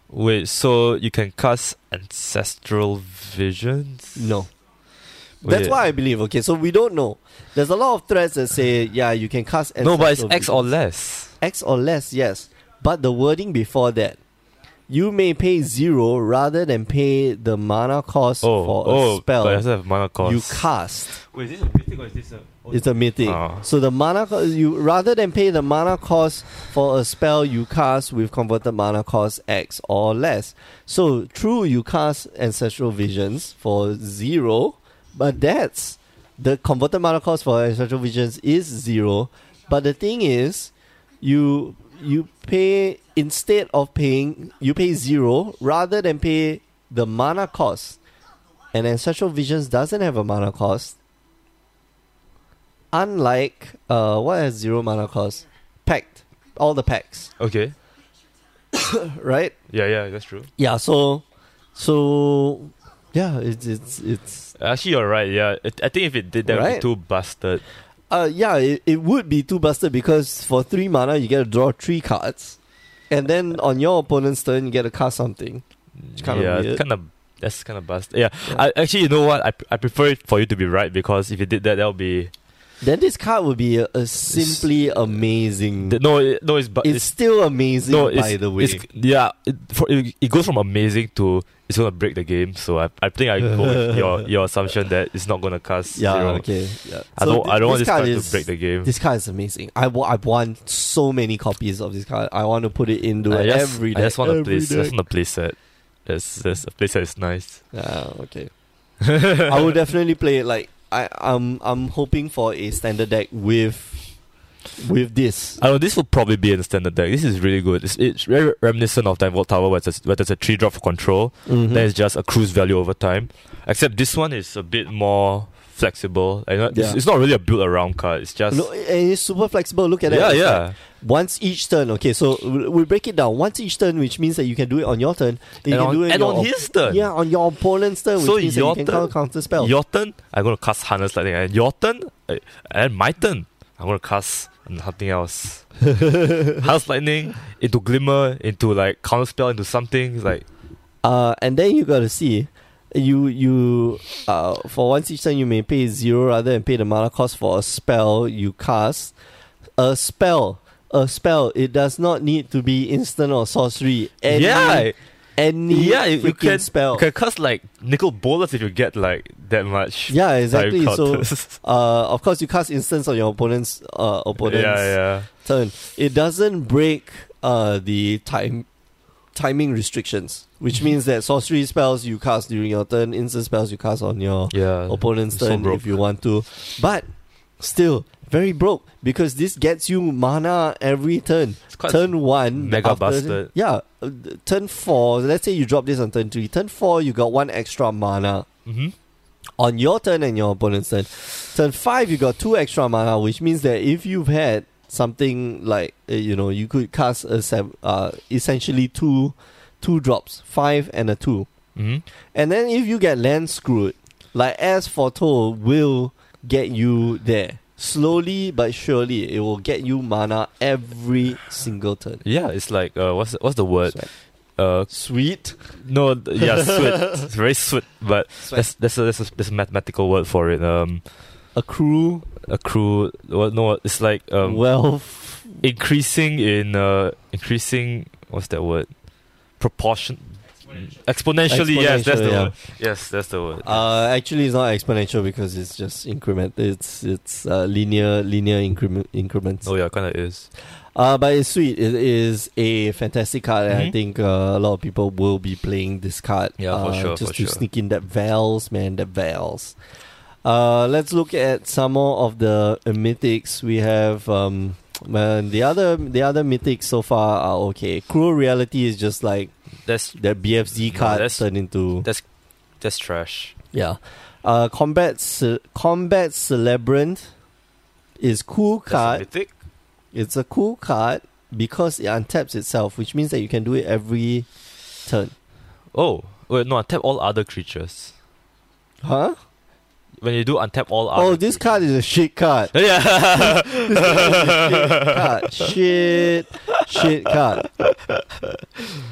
Wait. So you can cast ancestral visions. No. That's Wait. why I believe. Okay, so we don't know. There's a lot of threads that say, yeah, you can cast No, but it's ancestral X or less. X or less, yes. But the wording before that, you may pay zero rather than pay the mana cost for a spell Oh, But I also have mana cost. you cast. Wait, is this a mythic or is this a? It's a mythic. Ah. So the mana co- you rather than pay the mana cost for a spell you cast with converted mana cost X or less. So true, you cast ancestral visions for zero, but that's the converted mana cost for ancestral visions is zero. But the thing is, you you pay instead of paying you pay zero rather than pay the mana cost. And ancestral visions doesn't have a mana cost unlike uh what has zero mana cost? Pact. All the packs, okay. right? Yeah, yeah, that's true. Yeah, so so yeah, it's it's it's Actually, you're right. Yeah, I I think if it did that, it'd Right? be too busted. uh yeah, it, it would be two busted because for three mana you get to draw three cards. And then on your opponent's turn you get to cast something. kinda yeah, weird. kind of. That's kind of busted. Yeah. Yeah. I, actually, you know what? I, I prefer it for you to be right because if you did that, that would be Then this card would be a, a simply amazing. The- no, it, no, it's but it's, still amazing, no, by the way. It's, yeah, it, for, it, it goes from amazing to it's gonna break the game. So I, I think I go with your your assumption that it's not gonna cast yeah, zero. okay. Yeah. I So don't I thi- don't want this card card is- to break the game. This card is amazing. I wa- I want so many copies of this card. I want to put it into I just, every I deck. just want a every place. I deck. just want a place set. That's that's a place set is nice. Ah, okay. I will definitely play it. Like I, I'm, I'm hoping for a standard deck with, with this. I know this will probably be in the standard deck. This is really good. It's, it's very reminiscent of Time Vault Tower, where there's, where there's a tree drop for control. Mhm. That is just a cruise value over time. Except this one is a bit more flexible. And not, it's, Yeah. it's not really a build around card. It's just No, and it's super flexible. Look at yeah, that. It's like yeah. once each turn. Okay, so we we break it down. Once each turn, which means that you can do it on your turn. then You and can on, do it and your on op- his turn, Yeah, on your opponent's turn, which So means that you your can turn- counter spell. your turn, I'm gonna cast harness lightning. And your turn, uh, and my turn, I'm gonna cast nothing else. harness lightning into glimmer, into like counter spell, into something it's like Uh, and then you gotta see, you you uh for once each turn you may pay zero rather than pay the mana cost for a spell you cast. A spell, a spell. It does not need to be instant or sorcery. Any, yeah. any Yeah, you- freaking you can- spell. You can cast like nickel bolus if you get like that much. yeah, exactly. time So counters. uh, of course you cast instance on your opponent's uh opponent's yeah, yeah. turn. It doesn't break uh the time timing restrictions, Mm-hmm. which means that sorcery spells you cast during your turn, instant spells you cast on your Yeah. opponent's So turn broke. if you want to. But still, very broke because this gets you mana every turn. It's quite turn one, mega bastard. Yeah, uh, turn four. Let's say you drop this on turn three. Turn four, you got one extra mana hmm on your turn and your opponent's turn. Turn five, you got two extra mana, which means that if you've had something like uh, you know, you could cast a sev- uh, essentially two, two drops, five and a two. hmm And then if you get land screwed, like as foretold, will get you there. Slowly but surely, it will get you mana every single turn. Yeah, it's like uh, what's what's the word? Sweat. Uh, Sweet. no, th- yeah, sweat. It's very sweet, but Sweat. there's there's a, there's, a, there's a mathematical word for it. Um, Accrue accrue. Well, no, it's like um, wealth. increasing in uh, increasing. What's that word? Proportion. Exponentially, yes, that's the Exponential, word. Yes, that's the word. Uh, actually, it's not exponential because it's just increment. It's it's uh, linear linear increment increments. oh yeah, kind of is. Uh, but it's sweet. It is a fantastic card, and I Mhm. think uh, a lot of people will be playing this card. Yeah, for uh, sure, Just for to sure. sneak in that Vals, man, that Vals. Uh, let's look at some more of the uh, mythics. We have um, man, the other the other mythics so far are okay. Cruel Reality is just like That's that BFZ No, card that's- turned into that's trash. yeah. Uh, combat Ce- combat celebrant is cool That's a card. mythic. It's a cool card because it untaps itself, which means that you can do it every turn. Oh wait, no, untap all other creatures. Huh? When you do untap all other. Oh, this card is a shit card. Yeah. card. Shit. Shit card.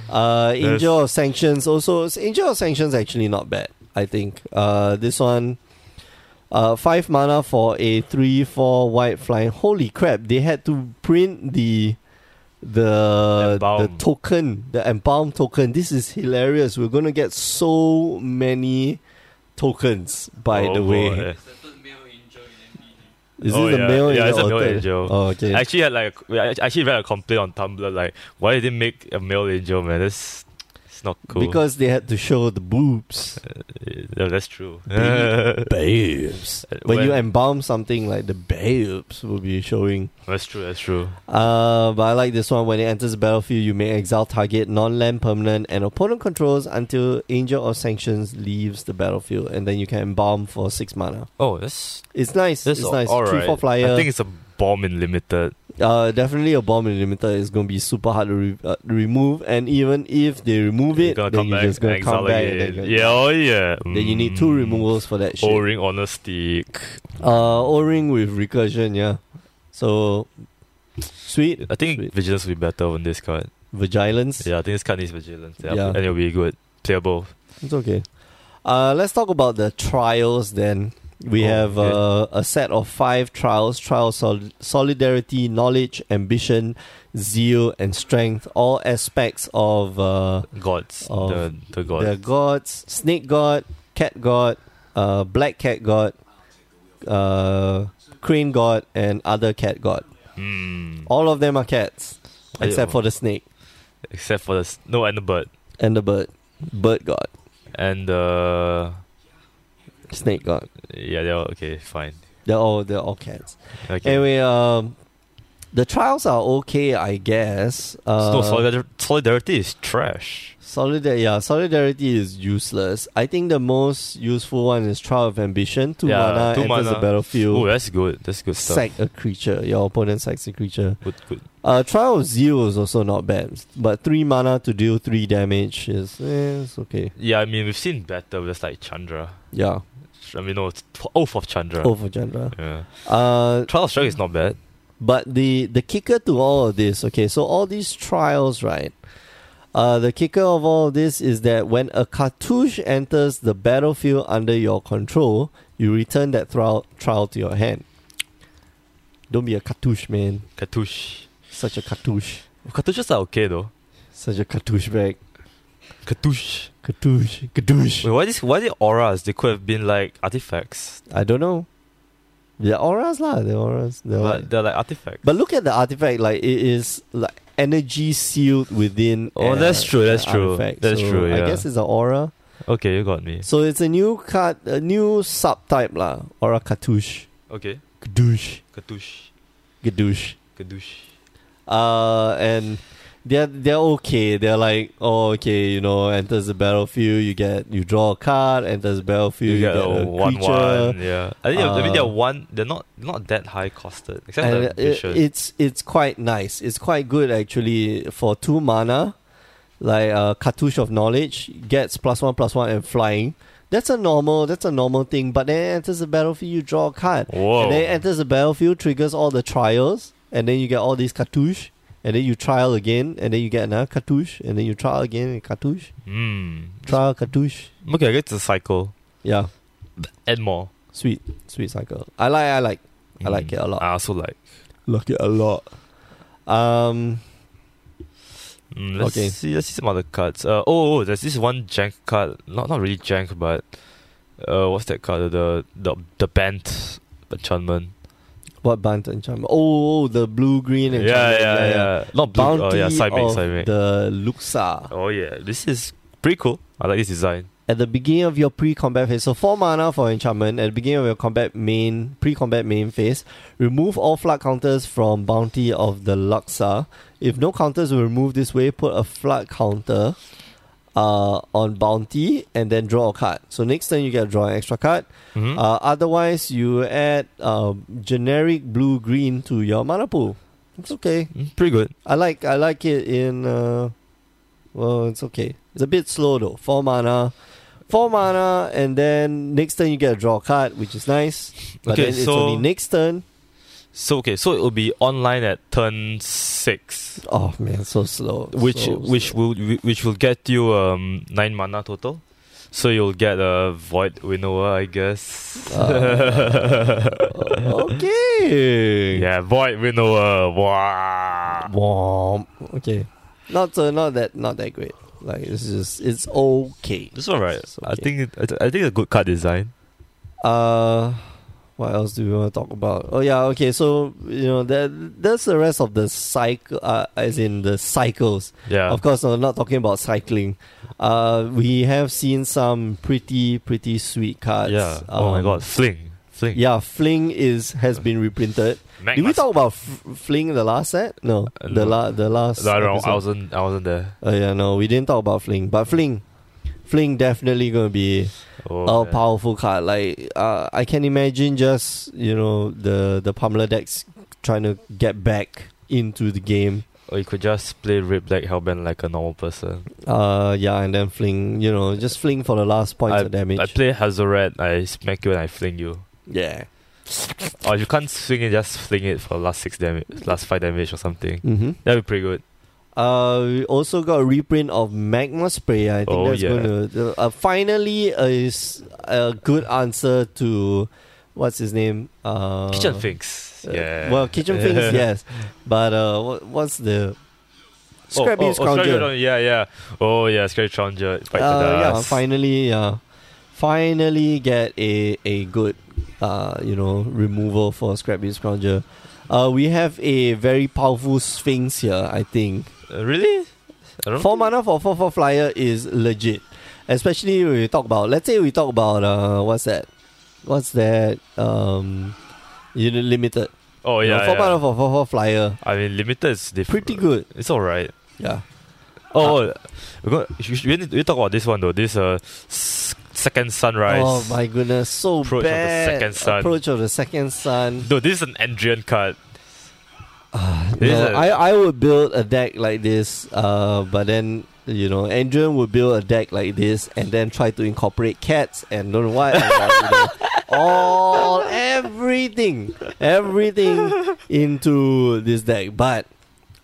Uh, Angel of Sanctions also. Angel of Sanctions actually not bad, I think. Uh, this one. Uh, 5 mana for a 3 4 white flying. Holy crap, they had to print the. The Embalm. the token, the embalm token. This is hilarious. We're gonna get so many tokens. By Oh, the way, boy. is this Oh, the yeah. male Yeah, it's angel? a or male third? angel. Oh, okay. I actually had like a- I actually read a complaint on Tumblr like why did they make a male angel man? That's it's not cool. Because they had to show the boobs. yeah, that's true. boobs. When, you When- embalm something, like the boobs will be showing. that's true. That's true. Uh, but I like this one. When it enters the battlefield, you may exile target non-land permanent and opponent controls until Angel of Sanctions leaves the battlefield, and then you can embalm for six mana. Oh, that's It's nice. that's it's nice. all Three right. four flyer. I think it's a bomb in limited. uh, definitely a bomb in limiter is going to be super hard to re- uh, remove, and even if they remove You're it, gonna then come you're back. just going to exile come back. And again. then, you're- yeah. Oh yeah. Then you need two Mm. removals for that shit. O-ring on a stick. Uh, O ring with recursion, yeah. So sweet I think Sweet. vigilance will be better on this card. vigilance. Yeah, I think this card needs vigilance. Yeah, Yeah. and it'll be good. Playable. It's okay. Uh, let's talk about the trials then. We Oh, have okay. uh, a set of five trials: trial sol- solidarity, knowledge, ambition, zeal, and strength. All aspects of uh, Gods. Of The the gods. the gods: snake god, cat god, uh, black cat god, uh, crane god, and other cat god. Hmm. All of them are cats, Ayo. except for the snake Except for the s- no and the bird and the bird. Bird god, and the snake god. yeah they're all- okay fine They're all they're all cats. okay. Anyway, um, the trials are okay, I guess. Uh, no solidar- solidarity is trash. solidar- yeah, solidarity is useless. I think the most useful one is Trial of Ambition. Two Yeah, mana two enters mana. the battlefield. Oh, that's good. That's good stuff. Sack a creature. Your opponent sacks a creature. Good, good. Uh, Trial of Zeal is also not bad, but three mana to deal three damage is eh, it's okay. Yeah, I mean we've seen better. That's like Chandra. Yeah, I mean no, it's t- Oath of Chandra. over Chandra. Yeah. Uh, Trial of Strike is not bad. But the the kicker to all of this, okay, so all these trials, right? Uh, the kicker of all of this is that when a cartouche enters the battlefield under your control, you return that trial trial to your hand. Don't be a cartouche, man. Cartouche. Such a cartouche. Cartouches are okay though. Such a cartouche bag. Cartouche. Cartouche. Cartouche. Wait, why this? Why the auras? They could have been like artifacts, I don't know. They're auras, lah. They're auras. They're but like- they're like artifacts. But look at the artifact, like it is like energy sealed within. Oh, uh, that's true, the that's true, artifact. that's So true, I yeah. guess it's an aura. okay, you got me. So it's a new card, a new subtype lah. Aura cartouche, Okay, gadouche, cartouche, gadouche. cartouche. Uh, and they're they're okay. They're like, oh, okay, you know, enters the battlefield, you get you draw a card, enters the battlefield, You, get, a a one creature. one. Yeah, I think. they're- I mean, they're Uh, one. They're not not that high costed, except And the it- vision. it's it's quite nice. It's quite good actually for two mana, like uh, cartouche of knowledge gets plus one plus one and flying. That's a normal. That's a normal thing. But then it enters the battlefield, you draw a card, Whoa. and then it enters the battlefield, triggers all the trials, and then you get all these cartouche, and then you trial again, and then you get another cartouche, and then you trial again and cartouche, Hmm. trial cartouche. Okay, I get the cycle Yeah, and more. sweet, sweet cycle. I like. I like. I like Hmm. it a lot. I also like. Like it a lot. Um. Mm, let's Okay. see. Let's see some other cards. Uh, oh, oh, there's this one jank card. Not not really jank, but uh, what's that card? The the the bent enchantment. What bunt enchantment? Oh, oh, the blue green Yeah, enchantment. yeah, yeah, Not blue. Bounty oh, yeah, side mix, of side mix. the Luxa. Oh yeah, this is pretty cool. I like this design. At the beginning of your pre-combat phase, so 4 mana for enchantment, at the beginning of your combat main, pre-combat main phase, remove all flood counters from Bounty of the Luxa. If no counters were removed this way, put a flood counter uh, on Bounty and then draw a card. So next turn you get to draw an extra card. Mhm. Uh, otherwise, you add um, generic blue-green to your mana pool. It's okay. Mm, pretty good. I like I like it in uh well it's okay. It's a bit slow though. Four mana. Four mana and then next turn you get a draw card, which is nice. But Okay, then it's so- only next turn. So okay, so it will be online at turn six, Oh man, so slow. which so which slow. will which will get you um nine mana total. So you'll get a void winnower, I guess. Uh, okay. yeah, void winnower. Wow. Womp. Okay. Not so not that not that great. Like it's just it's okay. This one, right? It's I okay. think it, I, th- I think a good card design. Uh, what else do we want to talk about? Oh yeah, okay. So you know that that's the rest of the cycle, uh, as in the cycles. Yeah. Of course, I'm not talking about cycling. Uh, we have seen some pretty pretty sweet cards. yeah. oh my Um, god, fling, fling. Yeah, Fling is has been reprinted. Did we Magmas- talk about F- Fling the last set? No, Uh, the no. la- the last. No, I don't know. episode. I wasn't. I wasn't there. Oh yeah, no, we didn't talk about Fling, but Fling, Fling definitely gonna be a man. Oh, powerful card. Like uh, I can imagine just you know the the Pamela decks trying to get back into the game. Or Oh, you could just play Rip Black Hellbent like a normal person. Uh, yeah, and then fling. You know, just fling for the last points of damage. I play Hazoret, I smack you and I fling you. yeah. Or if you can't swing it, just fling it for last six damage, last five damage or something. Mm-hmm. That'd be pretty good. Uh, we also got a reprint of Magma Spray. I think Oh, that's yeah. going to uh, finally uh, is a good answer to what's his name? Uh, Kitchen Finks. uh, Yeah. Well, kitchen things, yes. But uh, what, what's the Oh, Scrappy oh, oh, Scrounger. Scrounger, Yeah, yeah. Oh, yeah, Scrappy Scrounger. It's quite uh, yeah, badass. finally, uh, finally get a a good, uh, you know, removal for Scrappy Scrounger. Uh, we have a very powerful Sphinx here. I think Uh, really? I don't four mana for four four flyer is legit, especially when we talk about. Let's say we talk about uh, what's that? What's that? Um, you know, limited. Oh, You know, yeah. four yeah. mana for four four flyer, I mean, limited is different. pretty good. It's alright. Yeah. Uh, Oh, oh, we got, we, should- we need we talk about this one though. This uh, s- second sunrise. Oh my goodness, so Approach of the bad. second sun. Approach of the second sun. No, this is an Andrian card. This No, is a- I, I would build a deck like this, uh, but then you know, Andrew would build a deck like this and then try to incorporate cats and don't know what. and, like, you know, all everything, everything into this deck. But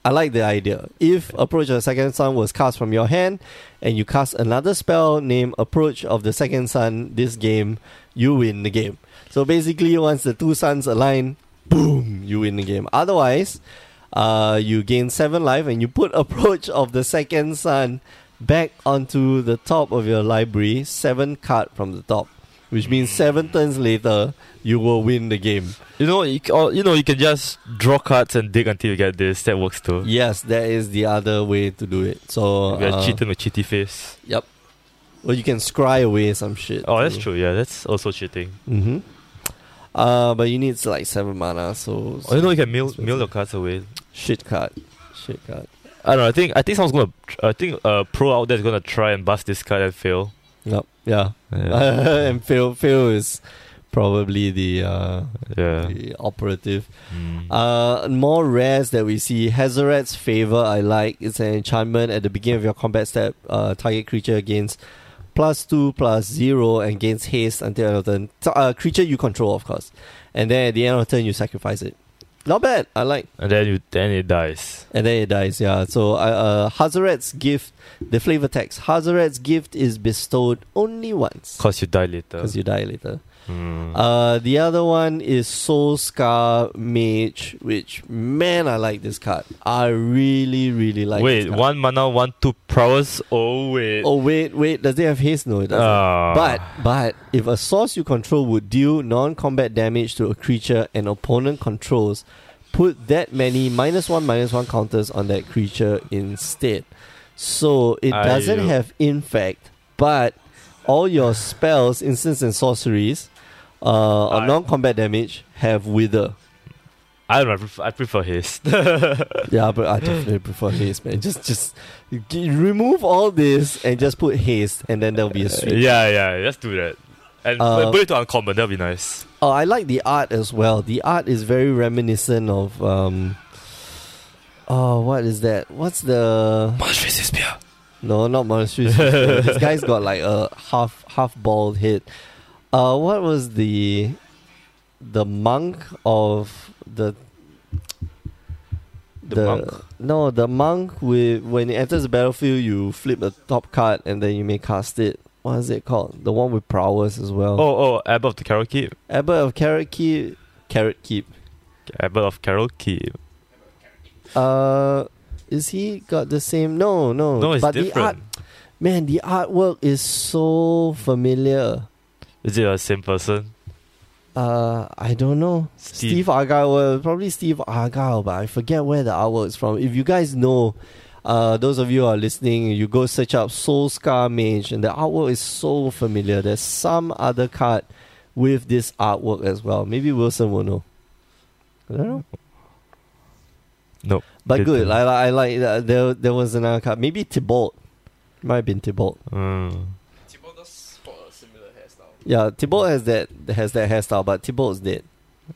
I like the idea. If Approach of the Second Sun was cast from your hand, and you cast another spell named Approach of the Second Sun this game, you win the game. So basically, once the two suns align, boom, you win the game. Otherwise, uh, you gain seven life and you put Approach of the Second Sun back onto the top of your library, seven card from the top, which means seven turns later, you will win the game. you know, you, c- or, you know, you can just draw cards and dig until you get this. That works too. Yes, that is the other way to do it. So, We are uh, cheating with cheaty face. Yep. Or you can scry away some shit. Oh, that's true. Yeah, that's also cheating. Mm-hmm. Uh, but you need like seven mana, so, Oh, you know, you can mill expensive. mill your cards away. shit card, shit card. I don't know. I think I think someone's gonna. tr- I think uh, pro out there is gonna try and bust this card and fail. Yep. Yeah. Yeah. and fail, fail is probably the uh, yeah. the operative. Mm. Uh, more rares that we see. Hazoret's favor I like. It's an enchantment at the beginning of your combat step. Uh, target creature gains plus two plus zero and gains haste until end of turn. So, uh, creature you control, of course. And then at the end of turn, you sacrifice it. Not bad. I like. and then you then it dies. And then it dies, yeah. So, I- uh, Hazoret's gift, the flavor text Hazoret's gift is bestowed only once Cause you die later. because you die later. Mm. Uh, the other one is Soul Scar Mage, which, man, I like this card. I really, really like wait, this card. one mana, one two prowess. Oh wait. Oh, wait, wait, does it have haste? No, it doesn't. Ah. But but if a source you control would deal non-combat damage to a creature an opponent controls, put that many minus one minus one counters on that creature instead. So it Aiyo. doesn't have infect, but all your spells, instants, and sorceries uh, on I- non-combat damage have wither. I don't know. I prefer, I prefer his. Yeah, but I definitely prefer haste, man. Just just g- remove all this and just put haste, and then there'll be a sweep. yeah, yeah. Let's do that. And Uh, put it to uncommon. That'll be nice. Oh, I like the art as well. The art is very reminiscent of um Oh, what is that? What's the Monstrous is beer. No, not Monster. this guy's got like a half half bald head. Uh what was the the monk of the The monk? No, the monk with when it enters the battlefield you flip the top card and then you may cast it. What is it called? The one with prowess as well. Oh, oh, Abbot of the Carol Keep. Abbot of Carrot Keep Carrot Keep. Abbot of Carol Keep. Uh, is he got the same? No, no. No, it's Oh, but the art, different. man, the artwork is so familiar. Is it the same person? Uh, I don't know. Steve, Argyle, well, probably Steve Argyle, but I forget where the artwork is from. If you guys know, uh, those of you who are listening, you go search up Soul Scar Mage, and the artwork is so familiar. There's some other card with this artwork as well. Maybe Wilson will know. I don't know. Nope. But Didn't. good. I, li- I like uh, there. There was another card. Maybe Tybalt. Might have been Tybalt. Mm. Thibaut does spot a similar hairstyle. Yeah, Tybalt has that has that hairstyle, but Tybalt's dead.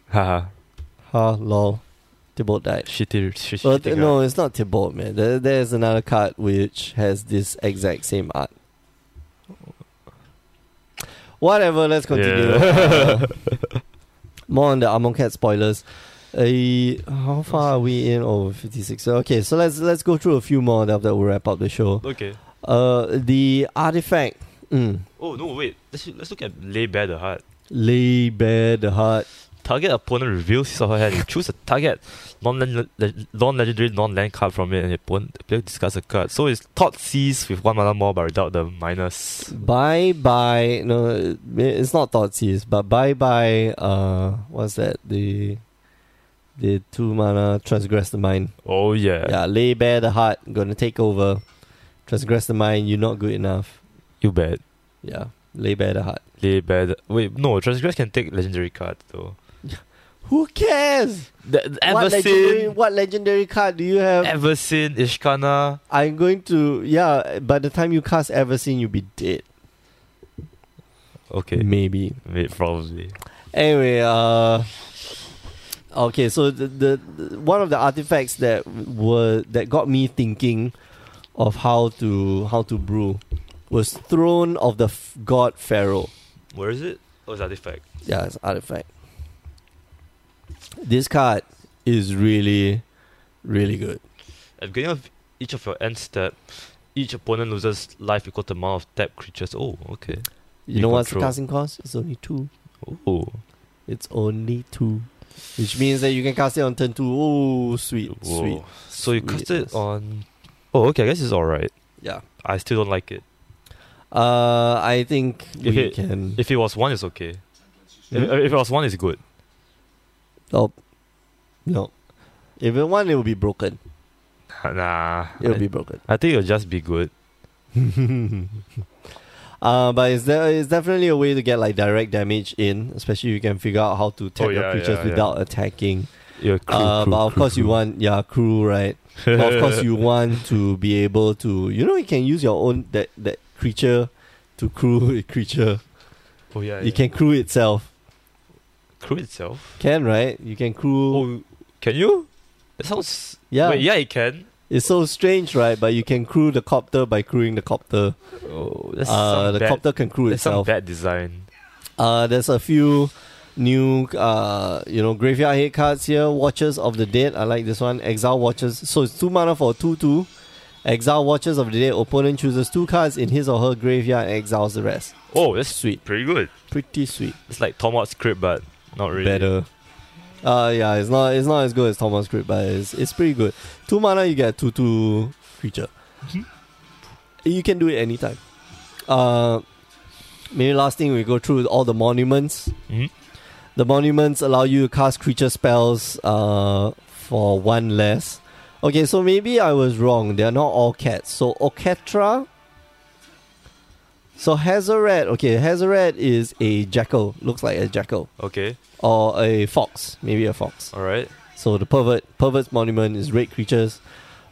Haha. Ha lol. Tybalt died. Shitty, shitty. Well, shitty th- no, it's not Tybalt, man. There, there's another card which has this exact same art. Whatever, let's continue. Yeah. Uh, more on the Amon Cat spoilers. Uh, how far are we in? Oh, 56. Okay, so let's let's go through a few more and after we'll wrap up the show. guy. Okay. Uh, the artifact. Mm. Oh no, wait. Let's let's look at lay bare the heart. Lay bare the heart. Target opponent reveals his or her hand. You choose a target non legendary non land card from it, and your opponent the player discards a card. So it's thought sees with one mana more, but without the minus. Bye bye. No, it's not Thoughtseize, but bye bye. Uh, what's that? The the two mana transgress the mind. Oh yeah, Yeah, lay bare the heart. Gonna take over. Transgress the mind. You're not good enough. you bet. Yeah, lay bare the heart. Lay bad. Wait, no, transgress can take legendary card though. Who cares? The, what legendary, Eversin, what legendary card do you have? Eversin, Ishkana. I'm going to. Yeah, by the time you cast Everseen, you'll be dead. Okay, Maybe. wait, probably. Anyway, uh, okay, so the, the, the one of the artifacts that were that got me thinking of how to how to brew was Throne of the F- God Pharaoh. Where is it? Oh, it's artifact. Yeah, it's artifact. This card is really, really good. At the beginning of each of your end step, each opponent loses life equal to the amount of tapped creatures. Oh, okay. You, You know what's the control. casting cost? It's only two. Oh, It's only two, which means that you can cast it on turn two. Oh, sweet, Whoa. sweet. So you cast it Sweetness. on. Oh, okay. I guess it's all right. Yeah. I still don't like it. Uh, I think If we it- can. If it was one, it's okay. If, Hmm? if it was one, it's good. Oh, no. If it won, it will be broken. Nah, It will I, be broken. I think it'll just be good. uh, but it's, there, it's definitely a way to get like direct damage in, especially if you can figure out how to tap Oh, your yeah, creatures yeah, yeah. without attacking. Yeah, crew, uh, crew, but of crew, course, you crew. want yeah, crew right. But of course, you want to be able to you know you can use your own that that creature to crew a creature. Oh yeah, It can crew itself. crew itself. Can right? You can crew. Oh, can you? That sounds. yeah, Wait, yeah, it can. it's so strange, right? But you can crew the copter by crewing the copter. Oh, that's uh, some the bad. copter can crew that's some itself. bad design. Uh, there's a few new, uh, you know, graveyard hit cards here. Watchers of the Dead. I like this one. Exile Watchers. So it's two mana for two two. Exile Watchers of the Dead. Opponent chooses two cards in his or her graveyard and exiles the rest. Oh, that's Sweet. pretty good. Pretty sweet. It's like Tomots script, but not really. Better. Uh, yeah, it's not it's not as good as Thomas Crypt, but it's, it's pretty good. Two mana, you get two two creature. Mhm. You can do it anytime. Uh, maybe last thing we go through all the monuments. Mhm. The monuments allow you to cast creature spells uh, for one less. Okay, so maybe I was wrong. They are not all cats. So Oketra. So Hazoret. Okay, Hazoret is a jackal. Looks like a jackal Okay. or a fox, maybe a fox. All right. So the pervert pervert's monument is red creatures.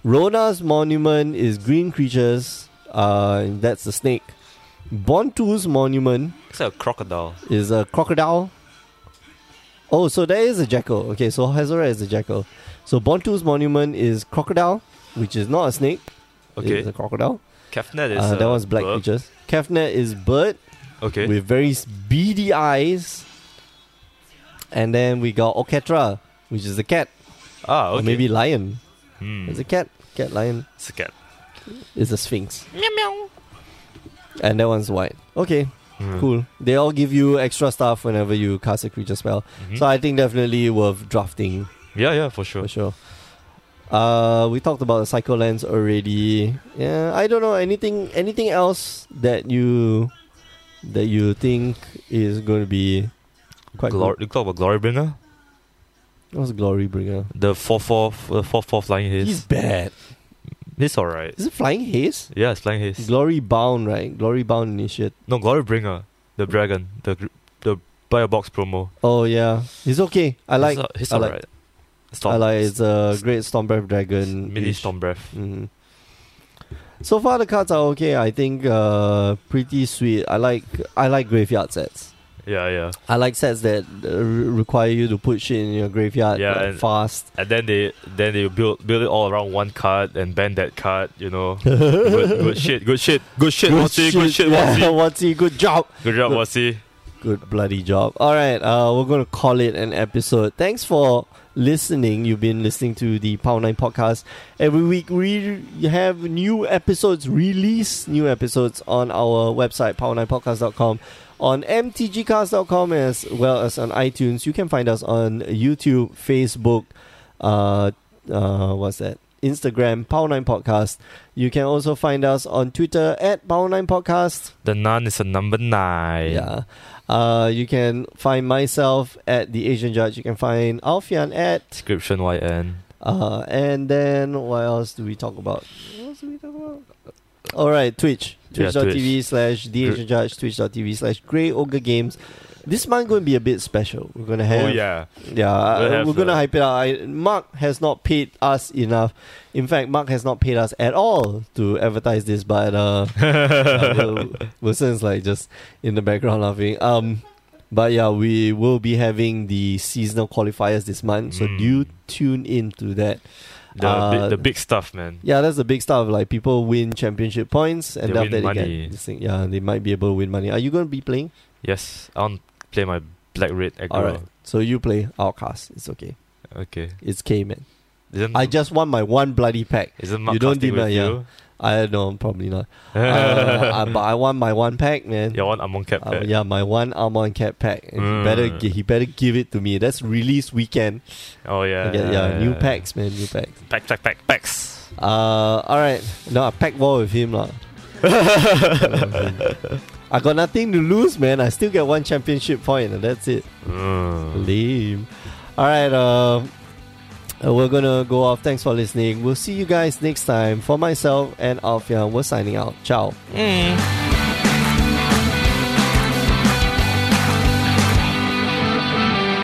Rona's monument is green creatures. Uh, and that's the snake. Bontu's monument It's like a crocodile. is a crocodile. Oh, so there is a jackal. Okay, so Hazara is a jackal. So Bontu's monument is crocodile, which is not a snake. Okay. It's a crocodile. Kefnet is Uh, that a one's black bird. creatures. Kefnet is bird Okay. with very s- beady eyes. And then we got Oketra, which is a cat, ah, okay. or maybe lion. Hmm. It's a cat, cat lion. It's a cat. It's a sphinx. Meow meow. And that one's white. Okay, Hmm. cool. They all give you extra stuff whenever you cast a creature spell. Mhm. So I think definitely worth drafting yeah, yeah, for sure. for sure. Uh, we talked about the psycho lens already. Yeah, I don't know anything. Anything else that you that you think is going to be quite Glor- you talk about Glorybringer, That was Glory Bringer. the four four the four four flying haze. He's bad. It's all right. Is it Flying Haze? Yeah, it's flying haze. Glory Bound, right? Glory Bound initiate. no, Glorybringer, the dragon, the gr- the buy a box promo. Oh yeah, he's okay. I like. It's, it's I all like- right. Storm, I like. It's a great Storm Breath Dragon. mini storm breath. hmm So far the cards are okay. I think uh, pretty sweet. I like. I like graveyard sets. Yeah, yeah. I like sets that uh, re- require you to put shit in your graveyard Yeah, like, and- fast. And then they then they build build it all around one card and ban that card. You know, good, good shit, good shit, good shit, Watsi, good shit, yeah, Watsi, Watsi, good job. good job, Good. Watsi. Good bloody job. All right, uh, we're going to call it an episode. Thanks for listening, you've been listening to the Power 9 podcast. Every week we have new episodes, release new episodes on our website, power9podcast.com, on mtgcast.com, as well as on iTunes. You can find us on YouTube, Facebook, uh, uh, what's that? Instagram, Power9 Podcast. You can also find us on Twitter at Power9 Podcast. The nun is a number nine. Yeah. Uh, you can find myself at the Asian Judge. You can find Alfian at, Description YN. uh, and then what else do we talk about? What else do we talk about? All right, Twitch. Yeah, Twitch.tv slash the Asian Judge. Twitch.tv slash Grey Ogre Games. This month going to be a bit special. We're going to have Oh yeah. yeah, uh, We'll have we're gonna the- hype it up. I, Mark has not paid us enough. In fact, Mark has not paid us at all to advertise this. But uh, uh, Wil- Wilson's like just in the background laughing. Um, but yeah, we will be having the seasonal qualifiers this month, so Mm. do tune in to that. The, Uh, bi- the big stuff, man. Yeah, that's the big stuff. Like people win championship points, and They after win they money. get this thing, yeah, they might be able to win money. Are you gonna be playing? Yes. I want to play my black red aggro. All right, so you play Outcast. It's okay. Okay. It's K man. Isn't I just want my one bloody pack. isn't Mark you don't casting deny, with yeah. you? I know, probably not. uh, I- but I want my one pack, man. Your one Amon cap. Uh, pack. yeah, my one almond cat pack. And He Mm. better gi- he better give it to me. That's release weekend. Oh yeah. I get- yeah, new packs, man, new packs. Pack pack pack packs. Uh, all right, no, I pack war with him lah. I got nothing to lose, man. I still get one championship point, and that's it. Mm. Lame. All right, uh, uh, we're gonna go off. Thanks for listening. We'll see you guys next time. For myself and Alfian, we're signing out. Ciao. Mm.